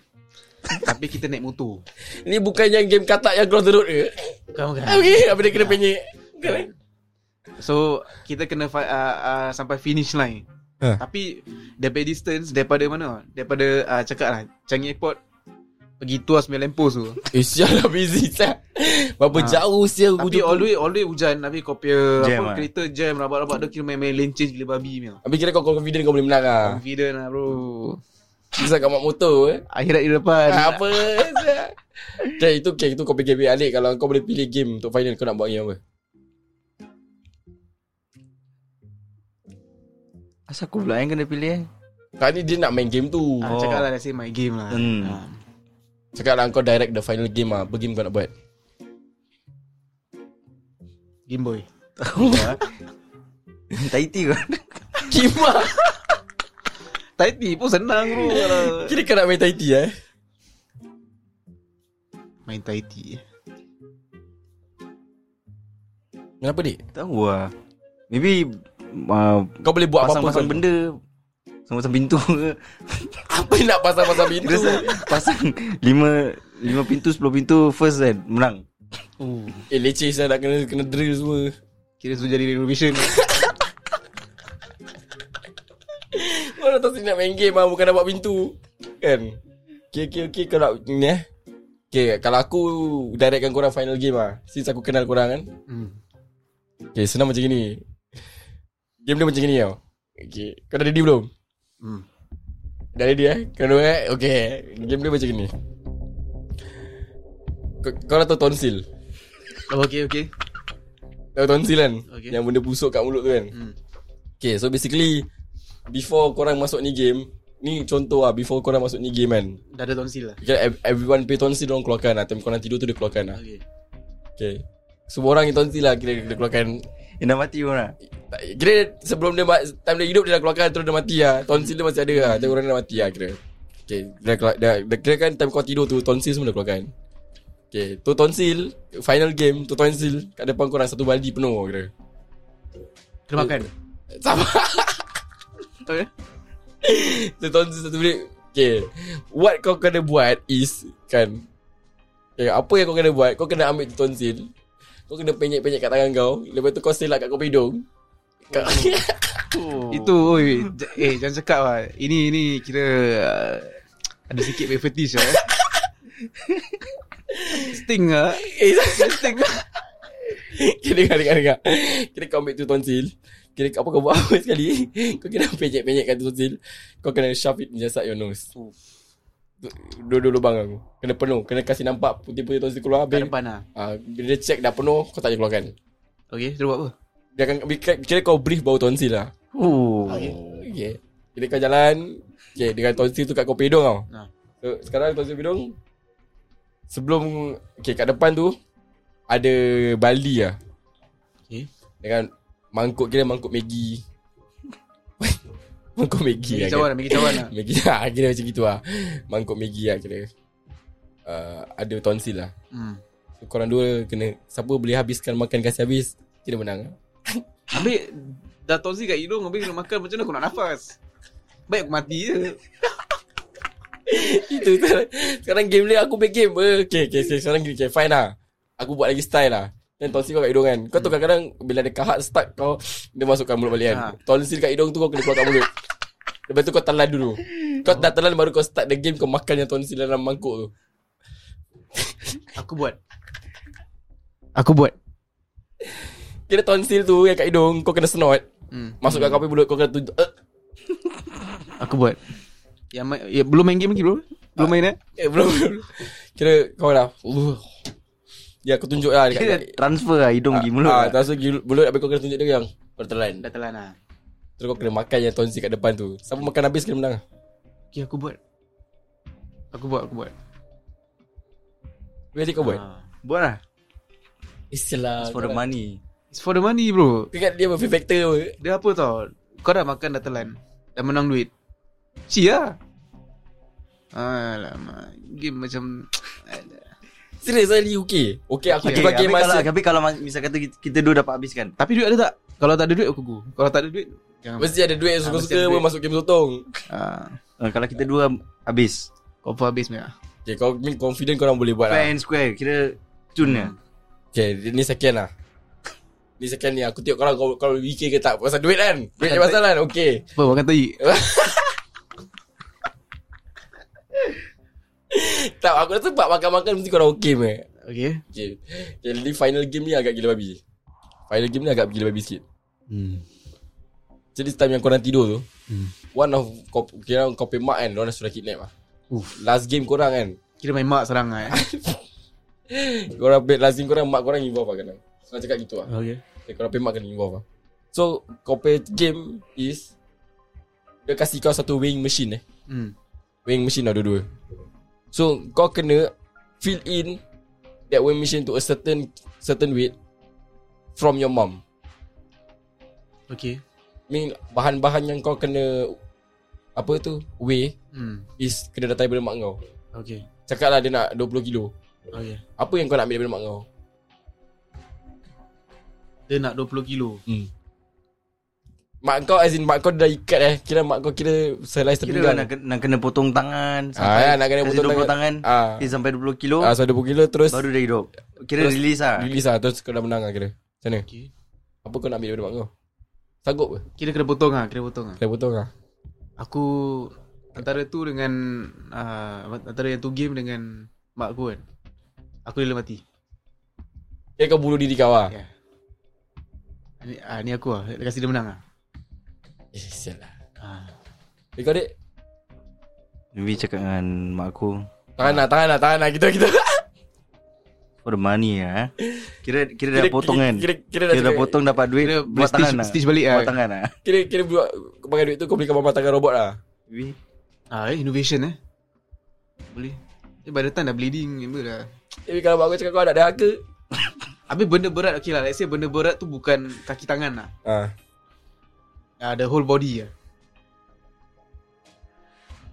S2: Tapi kita naik motor
S3: Ni bukan yang game katak yang cross the road ke
S2: Bukan, bukan.
S3: Okay Apa dia kena penyek Bukan eh?
S2: So kita kena fi- uh, uh, sampai finish line.
S3: Ha.
S2: Tapi daripada distance daripada mana? Daripada uh, cakap lah Changi Airport pergi tuas punya lamppost tu.
S3: Eh sial lah busy sial Berapa jauh sial
S2: Ah. Tapi
S3: wujud
S2: all the way all the way hujan tapi kau punya
S4: Jam,
S2: apa
S4: eh?
S2: kereta jam rabak-rabak dia kira main-main lane change gila babi punya.
S3: Habis kira kau kau confident kau boleh menang lah
S2: Confident lah bro.
S3: Bisa kat mak motor eh
S2: Akhirat di depan.
S3: Ah, Apa sial Okay itu okay, itu kau pilih game Alik kalau kau boleh pilih game untuk final kau nak buat game apa
S4: Asal aku pula yang kena pilih eh?
S3: Kali ni dia nak main game tu
S2: Ah, cakap lah let's say my game lah.
S4: Hmm.
S2: Ah.
S3: Cakap lah kau direct the final game lah Apa game kau nak buat
S2: Game Boy.
S4: Tahiti kau
S3: Kima
S2: Taiti pun senang bro. kalau
S3: Kira kau nak main Tahiti eh
S2: Main Taiti.
S3: Kenapa dik?
S4: Tahu lah Maybe uh,
S3: Kau boleh buat apa-apa
S4: Pasang-pasang
S3: kau-
S4: benda Pasang-pasang pintu ke
S3: Apa nak pasang-pasang
S4: Kira
S3: pintu
S4: sa- Pasang Lima Lima pintu Sepuluh pintu First kan Menang
S2: Oh.
S3: Eh leceh saya nak kena kena drill semua
S2: Kira suruh jadi renovation.
S3: Kau datang sini nak main game lah Bukan nak buat pintu Kan Okay okay okay Kau nak ni eh Okay kalau aku Directkan korang final game lah Since aku kenal korang kan
S2: hmm.
S3: Okay senang macam gini Game dia macam gini tau Okay Kau dah ready belum?
S2: Hmm.
S3: Dah ready eh Kau dua eh Okay Game dia macam gini Kau, kau dah tahu tonsil
S2: Oh, okay, okay.
S3: Tahu tonsil kan
S2: Okay.
S3: Yang benda busuk kat mulut tu kan
S2: Hmm.
S3: Okay so basically Before korang masuk ni game Ni contoh lah Before korang masuk ni game kan
S2: Dah ada tonsil lah.
S3: Okay, ev- everyone pay tonsil Diorang keluarkan lah Time korang tidur tu dia keluarkan lah
S2: Okay.
S3: Okay Semua orang yang tonsil lah Kira dia keluarkan
S4: Yang dah mati pun lah
S3: Tak, Kira sebelum dia ma- Time dia hidup Dia dah keluarkan Terus dia mati lah Tonsil dia masih ada lah Tapi orang dia dah mati lah kira Okay dia, keluar, dia, dia, Kira kan time kau tidur tu Tonsil semua dah keluarkan Okay Tu tonsil Final game Tu tonsil Kat depan korang Satu baldi penuh kira
S2: Kena makan.
S3: Sabar
S2: Okay.
S3: Tu tonsil satu bilik Okay What kau kena buat Is Kan okay, Apa yang kau kena buat Kau kena ambil tu tonsil Kau kena penyek-penyek kat tangan kau Lepas tu kau selak kat kau punya hidung Kat
S2: Oh. Itu oi, j- eh jangan cakap lah. Ini ini kira uh, ada sikit punya fetish lah. eh. Sting lah.
S3: Eh,
S2: Sting lah.
S3: Kira dengar, dengar, dengar. Kira kau ambil tu tonsil. Kira apa kau buat apa sekali. Kau kena penyek-penyek kat tu tonsil. Kau kena shove it inside your nose. Dua-dua lubang aku Kena penuh Kena kasih nampak Putih-putih tu keluar
S2: Kat
S3: Habis
S2: depan lah
S3: ah, Bila dia check dah penuh Kau tak boleh keluarkan
S2: Okay dia buat apa
S3: Dia akan kira- Kira kau breathe bau tonsil lah
S4: Oh.
S3: Okay Bila kau jalan Okay Dengan tonsil tu kat kau pedong tau
S2: Ha.
S3: so, Sekarang tonsil pedong Sebelum Okay kat depan tu Ada Bali lah
S2: Okay
S3: Dengan Mangkuk kira mangkuk Maggi Mangkuk Maggi
S2: Maggi
S3: lah
S2: cawan lah Maggi cawan lah
S3: Maggi lah Kira macam gitu lah Mangkuk Maggi lah kira uh, Ada tonsil lah
S2: hmm.
S3: so, Korang dua kena Siapa boleh habiskan makan Kasih habis Kira menang lah.
S2: Habis Dah tonsil kat hidung Habis kena makan Macam mana aku nak nafas Baik aku mati je
S3: Itu sekarang, sekarang game ni aku back game Eh, Okay, okay, okay Sekarang gini okay, Fine lah Aku buat lagi style lah Dan tonsil kau kat hidung kan Kau tu kadang-kadang Bila ada kahat stuck Kau Dia masukkan mulut balik kan
S2: Ha.
S3: Tonsil kat hidung tu Kau kena keluar kat mulut Lepas tu kau telan dulu Kau dah telan Baru kau start the game Kau makan yang tonsil dalam mangkuk tu
S2: Aku buat Aku buat
S3: Kira tonsil tu Yang kat hidung Kau kena snort
S2: hmm.
S3: Masuk kat kau punya mulut Kau kena tunjuk eh,
S2: Aku buat Ya, ma- ya, belum main game lagi bro Belum main eh
S3: eh belum belum. Kira kau dah uh. Ya aku tunjuk lah
S4: Kira
S3: dekat,
S4: transfer lah hidung pergi mulut.
S3: Ah,
S4: lah.
S3: Terasa gil- mulut Habis kau kena tunjuk dia yang Kau telan
S2: Dah telan lah
S3: Terus kau kena makan yang tonsil kat depan tu Siapa makan habis kena menang
S2: Okay aku buat Aku buat aku buat
S3: Bila adik kau buat
S2: Ah.
S4: Buat lah.
S3: Istilah
S4: It's for the money.
S2: It's for the money bro
S3: Kau ingat dia apa fear factor apa
S2: Dia apa tau Kau dah makan dah telan Dah menang duit Ci lah Alamak Game macam Alah.
S3: Serius lah ni okay Okay aku okay,
S4: Okay,
S3: bagi
S4: tapi,
S3: masa
S4: kalau, tapi kalau mas- misal kata kita, kita dua dapat habiskan.
S2: Tapi duit ada tak? Kalau tak ada duit aku go Kalau tak ada duit Jangan
S3: Mesti ada duit yang
S2: Ah,
S3: suka-suka
S2: mesti ada
S3: pun
S2: duit.
S3: masuk game sotong
S2: ah,
S4: Uh, kalau kita dua habis.
S2: Kau pun habis punya
S3: Okay kau ni confident korang boleh buat
S4: Fair
S3: lah
S4: and square. Kira cun lah.
S3: Hmm, Okay ni sekian lah Ni sekian ni aku tengok korang kau, kau fikir ke tak Pasal duit kan Duit ni pasal kan okay
S2: Apa makan tai
S3: Tak aku rasa sebab makan-makan mesti korang okay meh
S2: Okay
S3: Okay Okay ni final game ni agak gila babi Final game ni agak gila babi sikit
S1: Hmm.
S3: Jadi time yang korang tidur tu
S1: Hmm.
S3: One of kau, Kira kau pay mak kan Diorang sudah kidnap lah
S1: Uff.
S3: Last game korang kan
S2: Kira main mak serang lah eh
S3: Korang pay last game korang Mak korang involve lah kadang Senang cakap gitu lah
S1: Okay.
S3: okay, Korang pay mak kena involve lah So Kau pay game is Dia kasih kau satu weighing machine eh
S2: hmm.
S3: Weighing machine lah dua-dua So kau kena Fill in That weighing machine to a certain Certain weight From your mom
S2: Okay
S3: Mean bahan-bahan yang kau kena Apa tu Weigh
S2: hmm.
S3: Is kena datang daripada mak kau
S2: Okay
S3: Cakap lah dia nak 20 kilo
S2: Okay
S3: Apa yang kau nak ambil daripada mak kau
S2: Dia nak 20 kilo
S3: hmm. Mak kau as in Mak kau dah ikat eh Kira mak kau kira Selai
S4: Kira
S3: sepinggan
S4: nak, ke- nak kena potong tangan.
S3: lah. Ah, ya, nak kena
S4: kasi
S3: potong
S4: 20 tangan.
S3: Ah.
S4: Eh, sampai 20 kilo.
S3: Ah, so 20 kilo terus
S4: baru dia hidup. Kira
S3: terus
S4: release lah.
S3: Release lah Terus kau dah menang lah kira Macam mana
S2: Okay
S3: Apa kau nak ambil daripada mak kau Sanggup ke
S2: Kira kena potong lah Kira potong lah
S3: Kena potong lah
S2: Aku Antara tu dengan uh, Antara yang tu game dengan Mak aku kan Aku rela mati
S3: Kira kau bunuh diri kau lah
S2: Ya. Ni, ah, ni aku lah Dia Kasi dia menang lah
S3: Eh sial lah
S2: ah.
S3: Eh kau dek
S4: Maybe cakap dengan mak aku.
S3: Tahan lah tahan lah tahan lah Kita kita
S4: For the money lah. eh. Kira, kira, dah
S3: Kira-
S4: potong
S3: kira-
S4: kan.
S3: kira- kira dah
S4: kira dah
S3: cakap-
S4: potong dapat duit.
S2: Kira
S4: buat
S2: boleh
S4: tangan
S2: stitch,
S4: lah.
S2: stitch balik lah
S4: Buat tangan lah.
S3: Kira kira buat Kau pakai duit tu Kau belikan mama tangan robot lah
S4: Maybe.
S2: ah, eh, Innovation eh Boleh Eh by the time dah bleeding Member dah
S3: Tapi Eh, kalau mak kau cakap Kau anak derhaka
S2: Habis benda berat Okay lah Let's say benda berat tu Bukan kaki tangan lah
S3: Ah,
S2: ah, The whole body lah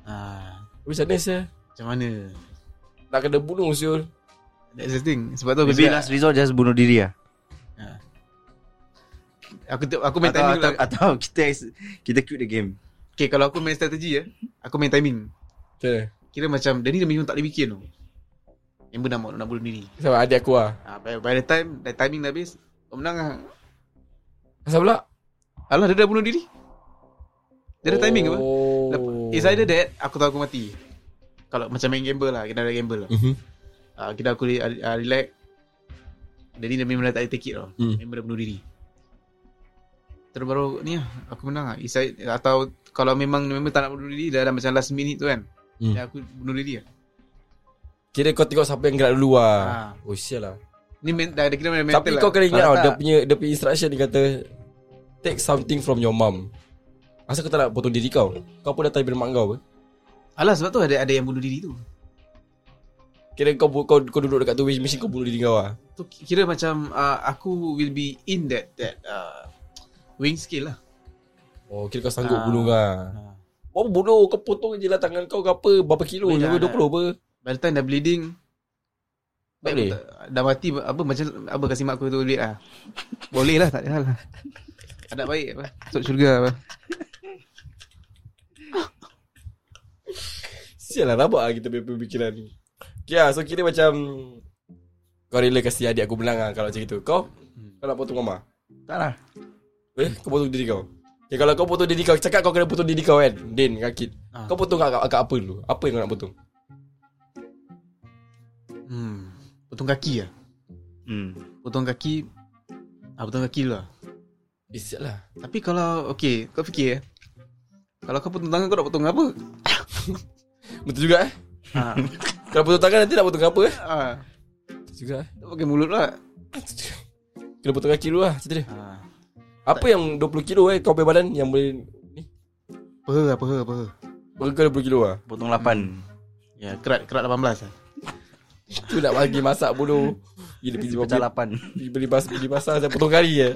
S2: ah,
S3: Macam mana sah
S2: Macam mana
S3: Nak kena bunuh siul
S2: That's the thing Sebab tu aku
S4: Maybe
S2: cakap
S4: last resort just bunuh diri lah.
S2: ah. Aku tu- aku main
S4: Atau,
S2: timing
S4: atau,
S2: dulu lah.
S4: atau kita ex- kita quit the game.
S2: Okay kalau aku main strategi ya Aku main timing
S3: Macam mana
S2: Kira macam Dia ni dia memang tak boleh bikin tu Member nak, nak bunuh diri
S3: Sama adik aku lah
S2: Ah, by, by the time, the timing dah habis, kau menang lah.
S3: Asal pula
S2: Alah, dia dah bunuh diri. Dia dah timing apa?
S3: Oh.
S2: Lep- It's either that, aku tahu aku mati. Kalau macam main gamble lah, kita ada gamble lah.
S3: Mhm.
S2: Ah, kita aku re- ah, relax. Dia ni dia memang dah tak boleh take it tau.
S3: Hmm.
S2: Memang dah bunuh diri. Terus baru ni lah, aku menang lah. It's either, atau kalau memang memang tak nak bunuh diri, dah, dah macam last minute tu kan.
S3: Hmm.
S2: Dan aku bunuh diri lah
S3: Kira kau tengok siapa yang gerak dulu lah.
S2: Ha.
S3: Oh sial lah.
S2: Ni men, dah dah kira mental
S3: Tapi
S2: lah.
S3: kau kena ingat
S4: Tak,
S3: tau dia
S4: tak.
S3: punya dia punya instruction dia kata take something from your mum. Asal kau tak nak potong diri kau? Kau pun datang daripada mak kau apa?
S2: Alah sebab tu ada ada yang bunuh diri tu
S3: Kira kau bu- kau, kau duduk dekat tu wish machine kau bunuh diri kau lah.
S2: Tu kira macam uh, Aku will be in that that uh, Wing skill lah
S3: Oh kira kau sanggup
S2: Ah.
S3: bunuh kau. lah.
S2: Ah.
S3: Oh bodoh kau potong je lah tangan kau ke apa berapa kilo
S2: Boleh
S3: je
S2: lah,
S3: apa, 20 apa.
S2: By the time dah bleeding
S3: Tak
S2: baik
S3: boleh.
S2: pun tak- Dah mati Apa macam Apa kasih mak aku tu duit lah Boleh lah tak ada hal lah Anak baik apa Masuk syurga apa
S3: Sial lah rabak lah kita punya pemikiran ni. Okay lah, so kira macam kau rela kasi adik aku menang lah kalau macam itu. Kau?
S2: Hmm.
S3: Kau nak potong mama?
S4: Tak lah
S3: Eh, kau potong diri kau. Okay, kalau kau potong diri kau, cakap kau kena potong diri kau kan. Din, Rakit.
S2: Ah.
S3: Kau potong kat, kat apa dulu? Apa yang kau nak potong?
S2: hmm. Potong kaki lah
S4: hmm.
S2: Potong kaki ah, Potong kaki dulu lah
S3: Eh, siap lah.
S2: Tapi kalau Okay Kau fikir eh Kalau kau potong tangan Kau nak potong apa
S3: Betul juga eh?
S2: ha.
S3: Kalau potong tangan nanti nak potong apa eh?
S2: ha.
S3: Betul juga eh?
S2: Tak pakai mulut lah
S3: Betul juga. Kena potong kaki dulu lah, cerita dia.
S2: ha.
S3: Apa yang 20 kilo eh kau punya badan yang boleh ni?
S2: Apa apa apa
S3: Baru kau 20 kilo lah.
S4: Potong lapan
S2: Ya kerat kerat 18 lah
S3: Tu nak bagi masak bodoh. Gila pergi
S4: Pecah
S3: beli,
S4: lapan
S3: pergi beli, bas, beli pasar saya potong kari eh.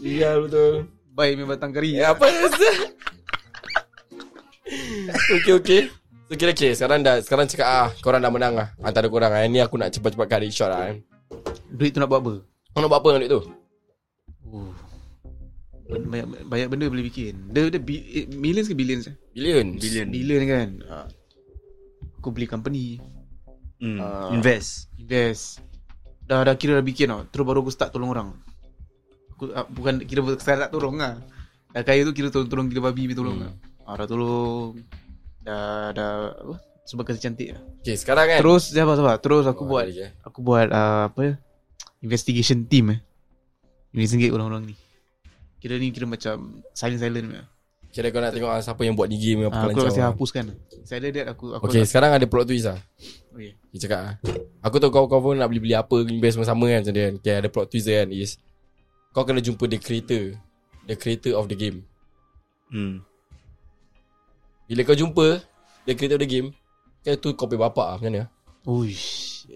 S3: Iya betul.
S2: Baik memang batang kari ya.
S3: Eh, apa rasa? okey, okey. So, kira okay. Sekarang dah, sekarang cakap ah, korang dah menang ah. Antara korang ah. Ini aku nak cepat-cepat cut shot ah. eh.
S2: Duit tu nak buat apa
S3: Kau nak buat apa dengan duit tu?
S2: oh. Banyak, banyak benda boleh bikin Dia, dia bi- eh, millions ke billions eh?
S3: Billion.
S4: Billion
S2: Billion kan ha. Aku beli company
S4: hmm.
S2: Ah.
S4: Invest
S2: Invest Dah dah kira dah bikin tau Terus baru aku start tolong orang Aku ah, bukan kira sekarang tak tolong lah Dah kaya tu kira tolong-tolong gila babi punya tolong
S3: Hmm.
S2: lah ah, Dah tolong Dah dah apa? Sebab kerja cantik lah
S3: Okey, sekarang kan.
S2: Terus sabar sabar Terus aku
S3: Oh,
S2: buat
S3: ada lagi, eh.
S2: Aku buat uh, apa ya Investigation team eh Investigate orang-orang ni Kira ni kira macam Silent-silent punya.
S3: Kira kau nak tengok ah, siapa yang buat di game apa eh?
S2: Ah, Aku
S3: kelancau.
S2: kasi hapuskan Silent that aku, aku
S3: Okey, sekarang ada plot twist ah.
S2: okay.
S3: Dia cakap ah. Aku tahu kau kau pun nak beli-beli apa invest sama-sama kan macam dia kan. Okay, ada plot twist dia kan is kau kena jumpa the creator. The creator of the game.
S4: hmm.
S3: Bila kau jumpa the creator of the game, kau tu kau punya bapak ah macam mana?
S2: Uish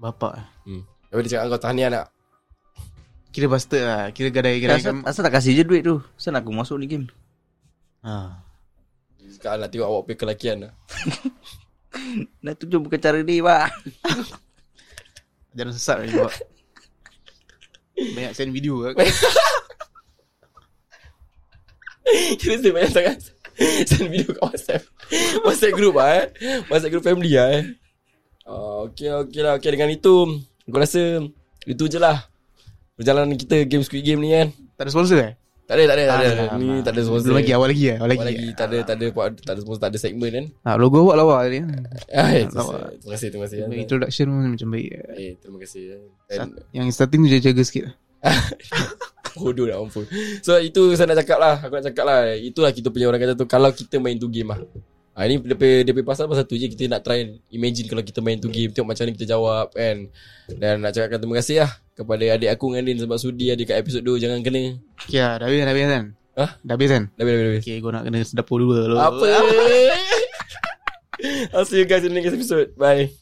S2: Bapak eh.
S3: Hmm. Lepas dia cakap kau tahniah nak
S2: Kira bastard lah Kira gadai-gadai
S4: asal, asal tak kasih je duit tu Asal nak aku masuk ni game
S2: ha.
S3: Sekarang nak tengok awak punya kelakian lah
S4: Dah tu je bukan cara ni pak
S2: Jangan sesat lah dia buat Banyak send video lah
S3: Kira saya banyak sangat Send video kat WhatsApp WhatsApp group lah eh WhatsApp group family lah eh uh, Okay okay lah Okay dengan itu Aku rasa Itu je lah Perjalanan kita Game Squid Game ni kan
S2: Tak ada sponsor eh
S3: Tak ada tak ada, tak ada.
S2: Alamak.
S3: Ya, Ni tak ada sponsor
S2: Belum lagi awal lagi eh Awal lagi,
S3: Awal lagi tak ada tak ada tak ada, tak ada sponsor tak ada segmen kan.
S2: ha, Logo awak lawa tadi
S3: Ah, eh,
S2: Alamak.
S3: terima kasih terima kasih.
S2: Introduction pun macam baik eh.
S3: Eh terima kasih. Dan-
S2: Sa- Yang starting tu jaga-jaga sikit lah
S3: Bodoh nak mampu So itu saya nak cakap lah Aku nak cakap lah Itulah kita punya orang kata tu Kalau kita main tu game lah ha, Ini dia punya, dia punya pasal pasal tu je Kita nak try and Imagine kalau kita main tu game Tengok macam mana kita jawab kan Dan nak cakapkan terima kasih lah Kepada adik aku dengan Din Sebab sudi ada kat episod 2 Jangan kena
S2: Okay lah Dah habis dah habis kan
S3: Hah?
S2: Dah habis kan
S3: Dah habis, dah habis, dah habis.
S2: Okay kau nak kena sedapur dulu lah
S3: Apa I'll see you guys in the next episode Bye